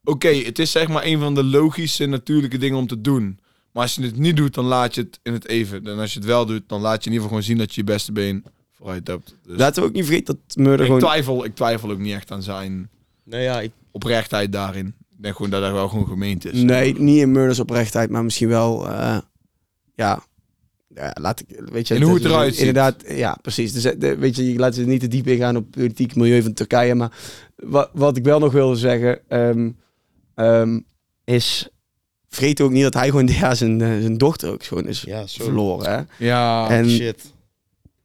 Speaker 1: Oké, het is zeg maar een van de logische, natuurlijke dingen om te doen. Maar als je het niet doet, dan laat je het in het even. En als je het wel doet, dan laat je in ieder geval gewoon zien dat je je beste been vooruit hebt. Dus
Speaker 2: laten we ook niet vergeten dat Murder
Speaker 1: ik,
Speaker 2: gewoon...
Speaker 1: twijfel, ik twijfel ook niet echt aan zijn
Speaker 3: Nou ja, ik,
Speaker 1: oprechtheid daarin. Ik denk gewoon dat dat wel gewoon gemeend is.
Speaker 2: Nee, niet in Murders oprechtheid, maar misschien wel, eh, ja, ja, laat ik, weet je,
Speaker 1: En hoe het
Speaker 2: is-
Speaker 1: eruit ziet.
Speaker 2: Inderdaad, ja, precies. Dus eh, de- weet je, je laat ze niet te diep ingaan op politiek milieu van Turkije. Maar wat, wat ik wel nog wil zeggen, ehm, ehm, is vergeet ook niet dat hij gewoon ja, zijn, eh, zijn dochter ook gewoon is
Speaker 3: Ja, zo.
Speaker 2: verloren. Hè?
Speaker 1: Ja.
Speaker 2: en
Speaker 3: Shit.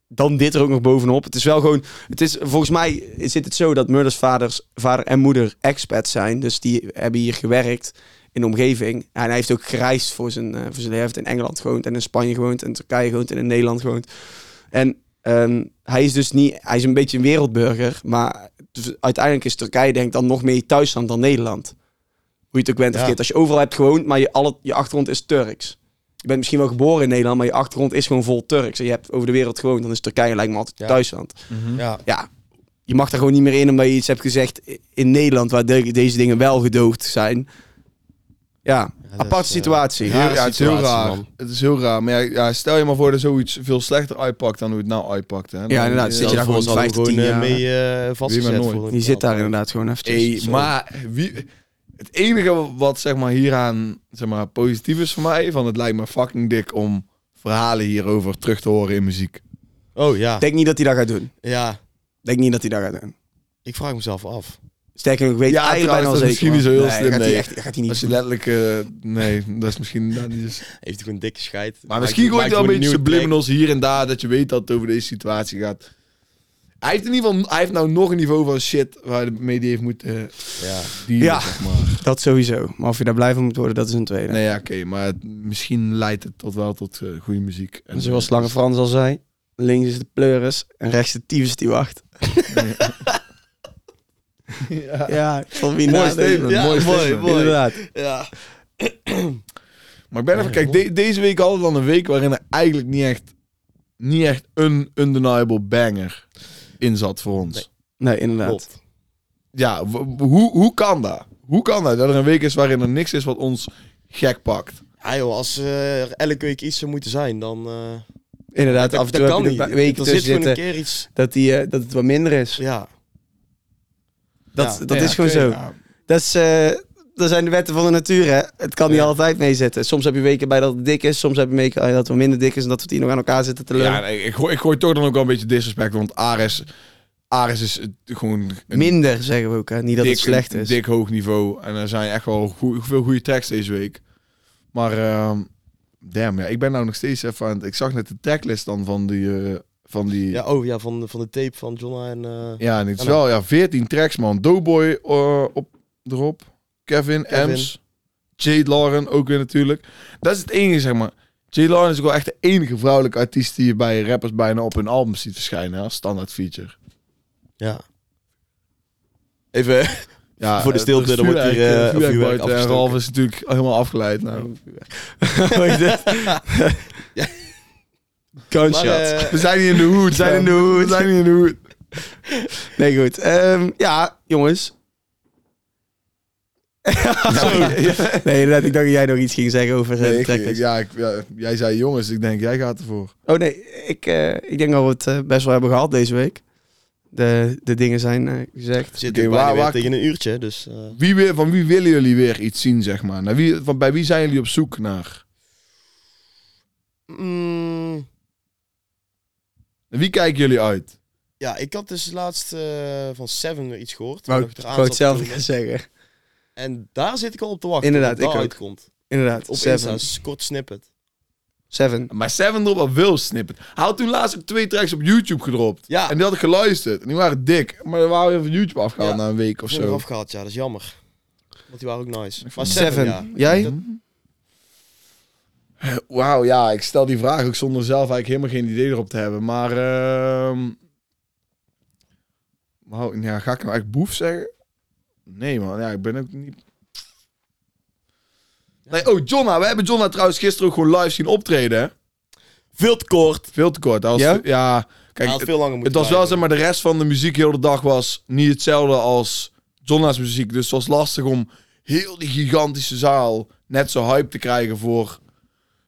Speaker 2: dan dit er ook nog bovenop. Het is wel gewoon, het is, volgens mij zit het zo dat Murders vaders, vader en moeder expats zijn. Dus die hebben hier gewerkt in de omgeving. En hij heeft ook gereisd voor zijn, eh, voor zijn leven. Hij heeft in Engeland gewoond en in Spanje gewoond en in Turkije gewoond en in Nederland gewoond. En ehm, hij is dus niet, hij is een beetje een wereldburger. Maar dus uiteindelijk is Turkije denk ik dan nog meer je thuisland dan Nederland. Hoe je het ook bent of
Speaker 3: Ja.
Speaker 2: keert. Als je overal hebt gewoond, maar je, alle, je achtergrond is Turks. Je bent misschien wel geboren in Nederland, maar je achtergrond is gewoon vol Turks. En je hebt over de wereld gewoond, dan is Turkije lijkt me altijd
Speaker 3: Ja.
Speaker 2: thuisland.
Speaker 1: Mhm.
Speaker 3: Ja,
Speaker 2: Ja, je mag daar gewoon niet meer in omdat je iets hebt gezegd in Nederland, waar de- deze dingen wel gedoogd zijn. Ja,
Speaker 3: dat
Speaker 2: aparte
Speaker 3: is, eh,
Speaker 2: situatie.
Speaker 1: Heel-
Speaker 3: rare
Speaker 1: ja, het is heel
Speaker 3: situatie,
Speaker 1: raar.
Speaker 3: man.
Speaker 1: Het is heel raar. Maar ja, ja, stel je maar voor dat zoiets veel slechter uitpakt dan hoe het nou uitpakt. Hè? Dan-
Speaker 2: Ja, inderdaad. Zit je daar
Speaker 3: Stel
Speaker 2: gewoon
Speaker 3: je voor, ze hadden
Speaker 2: 15
Speaker 3: gewoon eh,
Speaker 2: jaar
Speaker 3: mee eh, vastgezet.
Speaker 1: nooit.
Speaker 3: voor een
Speaker 2: Die zit daar
Speaker 3: bepaalde-
Speaker 2: inderdaad gewoon eventjes.
Speaker 1: Hey,
Speaker 2: Zo.
Speaker 1: maar wie, het enige wat zeg maar, hieraan zeg maar, positief is voor mij, van het lijkt me fucking dik om verhalen hierover terug te horen in muziek.
Speaker 3: Oh ja.
Speaker 2: Ik denk niet dat hij dat gaat doen.
Speaker 3: Ja,
Speaker 2: Ik denk niet dat hij dat gaat doen.
Speaker 3: ik vraag mezelf af.
Speaker 2: Sterker nog, ik weet
Speaker 1: Ja,
Speaker 2: eigenlijk
Speaker 1: trouwens,
Speaker 2: bijna al
Speaker 1: dat
Speaker 2: zeker.
Speaker 1: is misschien niet zo heel
Speaker 2: Nee,
Speaker 1: slim,
Speaker 2: Gaat hij,
Speaker 1: nee.
Speaker 2: echt, gaat hij niet
Speaker 1: Als je
Speaker 2: doen.
Speaker 1: letterlijk... eh, nee, dat is misschien... inderdaad niet zo-
Speaker 3: Heeft hij gewoon dikke scheid.
Speaker 1: Maar misschien
Speaker 3: Maakt-
Speaker 1: gooit wel een
Speaker 3: maakt
Speaker 1: beetje
Speaker 3: gewoon nieuwe
Speaker 1: subliminals hier en daar, dat je weet dat het over deze situatie gaat. Hij heeft in ieder geval, hij heeft nou nog een niveau van shit waarmee die heeft moeten eh,
Speaker 3: track. Ja.
Speaker 1: dealen,
Speaker 2: Ja.
Speaker 1: zeg maar.
Speaker 2: Dat sowieso. Maar of je daar blij van moet worden, dat is een tweede.
Speaker 1: Nee, ja, oké, maar het- misschien leidt het tot wel tot eh, goede muziek. En,
Speaker 2: Zoals Dus Lange Frans al zei, links is de pleuris en rechts de tyfus die wacht.
Speaker 1: ja.
Speaker 2: Ja, ik vond wie
Speaker 1: Mooi
Speaker 2: na-
Speaker 1: statement,
Speaker 2: Ja,
Speaker 1: mooi statement.
Speaker 2: Inderdaad.
Speaker 3: Ja.
Speaker 1: Maar ik ben even, kijk, de- deze week hadden we dan een week waarin er eigenlijk niet echt, niet echt een undeniable banger in zat voor ons.
Speaker 3: Nee.
Speaker 2: Nee, inderdaad.
Speaker 3: Klopt.
Speaker 1: Ja, w- w- hoe, hoe kan dat? Hoe kan dat? Dat er een week is waarin er niks is wat ons gek pakt.
Speaker 3: Ja joh, als eh, er elke week iets zou moeten zijn, dan... eh
Speaker 2: Inderdaad,
Speaker 3: dat,
Speaker 2: af en toe
Speaker 3: dat
Speaker 2: heb
Speaker 3: kan
Speaker 2: je
Speaker 3: niet.
Speaker 2: er een week
Speaker 3: er
Speaker 2: tussen
Speaker 3: zit gewoon een
Speaker 2: zitten
Speaker 3: keer iets...
Speaker 2: dat, die, eh, dat het wat minder is.
Speaker 3: Ja.
Speaker 2: Dat,
Speaker 3: Ja.
Speaker 2: dat
Speaker 1: Ja,
Speaker 2: is gewoon
Speaker 1: oké,
Speaker 2: zo.
Speaker 1: ja.
Speaker 2: Dat, is, eh, dat zijn de wetten van de natuur, hè. Het kan niet altijd meezitten. Soms heb je weken bij dat het dik is, soms heb je weken bij dat het wat minder dik is en dat we het hier nog aan elkaar zitten te lullen.
Speaker 1: Ja, nee, ik, gooi, ik gooi toch dan ook wel een beetje disrespect, want Ares, Ares is eh, gewoon een
Speaker 2: minder, zeggen we ook, hè. Niet dat
Speaker 1: dik,
Speaker 2: het slecht
Speaker 1: een
Speaker 2: is.
Speaker 1: dik hoog niveau. En er zijn echt wel goe- veel goede tracks deze week. Maar ehm damn, ja, ik ben nou nog steeds even aan het... Ik zag net de tracklist dan van die... eh, van die ja.
Speaker 3: Ja, oh ja, van, van de tape van Jonna en... eh,
Speaker 1: en het is wel ja, 14 tracks, man. Doughboy eh, op, erop. Kevin,
Speaker 3: Kevin.
Speaker 1: Ems. Jade Lauren ook weer natuurlijk. Dat is het enige, zeg maar. Jade Lauren is ook wel echt de enige vrouwelijke artiest... die je bij rappers bijna op hun album ziet verschijnen. hè, Als standaard feature.
Speaker 3: ja.
Speaker 1: Even ja,
Speaker 3: Voor de
Speaker 1: eh,
Speaker 3: stilte, dan wordt hier,
Speaker 1: vuurwerk,
Speaker 3: eh,
Speaker 1: eh, vuurwerk
Speaker 3: vuurwerk
Speaker 1: buiten. En
Speaker 3: afgestoken.
Speaker 1: Ralf is natuurlijk helemaal afgeleid. Nou.
Speaker 2: Gunshot.
Speaker 3: Maar, eh,
Speaker 1: We zijn hier in de hoed. We
Speaker 2: zijn in de
Speaker 1: hoed. We zijn hier in de hoed.
Speaker 2: Nee, goed. Ehm, ja, jongens. Nee, inderdaad, ik dacht dat jij nog iets ging zeggen over eh,
Speaker 1: Nee,
Speaker 2: de
Speaker 1: ik- ik-
Speaker 2: tracklist.
Speaker 1: ja, ik- ja, jij zei jongens, ik denk jij gaat ervoor.
Speaker 2: Oh nee, ik, eh, ik denk dat we het eh, best wel hebben gehad deze week. De, de dingen zijn eh, gezegd.
Speaker 3: We zitten
Speaker 1: Oké,
Speaker 3: bijna
Speaker 1: waar-
Speaker 3: weer
Speaker 1: waar-
Speaker 3: tegen een uurtje, dus... eh,
Speaker 1: Wie weer, van wie willen jullie weer iets zien, zeg maar? Naar wie, van, bij wie zijn jullie op zoek naar?
Speaker 3: mm,
Speaker 1: Naar wie kijken jullie uit?
Speaker 3: ja, ik had dus laatst eh, van Seven iets gehoord.
Speaker 2: Wou
Speaker 3: toen
Speaker 2: ik
Speaker 3: nog eraan
Speaker 2: gewoon
Speaker 3: zat te
Speaker 2: hetzelfde
Speaker 3: komen.
Speaker 2: gaan zeggen.
Speaker 3: En daar zit ik al op te wachten.
Speaker 2: Inderdaad,
Speaker 3: dat
Speaker 2: ik ook.
Speaker 3: uitkomt.
Speaker 2: Inderdaad,
Speaker 3: Op Insta,
Speaker 2: Seven.
Speaker 3: dat is een kort snippet.
Speaker 2: Seven.
Speaker 1: Maar Seven drop al veel snippet. Hij had toen laatst ook twee tracks op YouTube gedropt.
Speaker 3: Ja.
Speaker 1: En die had ik geluisterd. En die waren dik. Maar die waren weer van YouTube afgehaald
Speaker 3: Ja.
Speaker 1: na een week of
Speaker 3: Ik heb hem
Speaker 1: zo.
Speaker 3: afgehaald, ja, dat is jammer. Want die waren ook nice. Maar
Speaker 1: vond-
Speaker 3: Seven,
Speaker 2: Seven.
Speaker 3: ja.
Speaker 2: Jij?
Speaker 3: Dat-
Speaker 1: Wauw, ja, ik stel die vraag ook zonder zelf eigenlijk helemaal geen idee erop te hebben. Maar, ehm wauw, ja, ga ik nou echt boef zeggen? Nee man, ja, ik ben ook niet... Nee, oh, Jonna, we hebben Jonna trouwens gisteren ook gewoon live zien optreden, hè?
Speaker 3: Veel te kort.
Speaker 1: Veel te kort. Als,
Speaker 2: Ja?
Speaker 1: ja? ja,
Speaker 3: Hij
Speaker 1: kijk,
Speaker 3: had
Speaker 1: het,
Speaker 3: veel langer moeten
Speaker 1: het was wel,
Speaker 3: blijven.
Speaker 1: zeg maar, de rest van de muziek heel de dag was niet hetzelfde als Jonna's muziek. Dus het was lastig om heel die gigantische zaal net zo hype te krijgen voor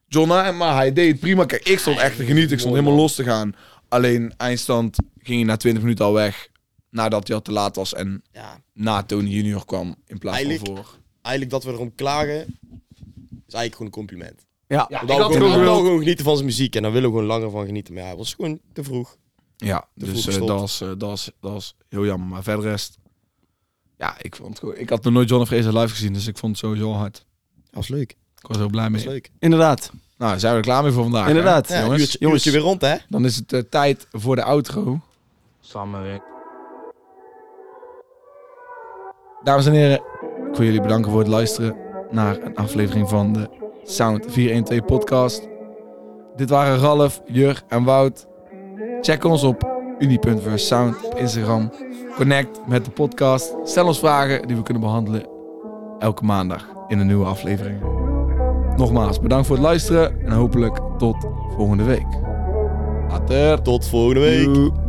Speaker 1: Jonna. En- Maar hij deed het prima. Kijk, ik stond echt te genieten. Ik stond helemaal los te gaan. Alleen eindstand ging hij na 20 minuten al weg. Nadat hij al te laat was en
Speaker 3: Ja,
Speaker 1: na Tony Junior kwam in plaats van
Speaker 3: Eigenlijk-
Speaker 1: voor.
Speaker 3: eigenlijk dat we erom klagen, is eigenlijk gewoon een compliment.
Speaker 1: Ja,
Speaker 3: Want
Speaker 1: ik
Speaker 3: dan
Speaker 1: had
Speaker 3: gewoon,
Speaker 1: hem
Speaker 3: dan
Speaker 1: ook-
Speaker 3: gewoon genieten van zijn muziek. En daar willen we gewoon langer van genieten. Maar ja, het was gewoon te vroeg.
Speaker 1: Ja,
Speaker 3: De
Speaker 1: dus
Speaker 3: vroeg
Speaker 1: eh,
Speaker 3: stond.
Speaker 1: dat, was, eh, dat, was, dat was heel jammer. Maar verder rest... Ja, ik vond het goed. Ik had nog nooit John of Fraser live gezien, dus ik vond het sowieso hard.
Speaker 3: Dat was leuk.
Speaker 1: Ik was heel blij
Speaker 3: Dat was
Speaker 1: mee.
Speaker 3: leuk.
Speaker 2: Inderdaad.
Speaker 1: Nou, zijn we er klaar mee voor vandaag. hè?
Speaker 2: Inderdaad.
Speaker 3: Ja,
Speaker 1: jongens,
Speaker 3: jongens,
Speaker 2: jongens.
Speaker 3: weer rond, hè?
Speaker 1: Dan is het eh, tijd voor de outro.
Speaker 5: Samenwerking.
Speaker 1: Dames en heren, ik wil jullie bedanken voor het luisteren naar een aflevering van de Sound 412 podcast. Dit waren Ralf, Jur en Wout. Check ons op uni.versound op Instagram. Connect met de podcast. Stel ons vragen die we kunnen behandelen elke maandag in een nieuwe aflevering. Nogmaals, bedankt voor het luisteren en hopelijk tot volgende week. Later.
Speaker 3: Tot volgende week.
Speaker 1: Doei.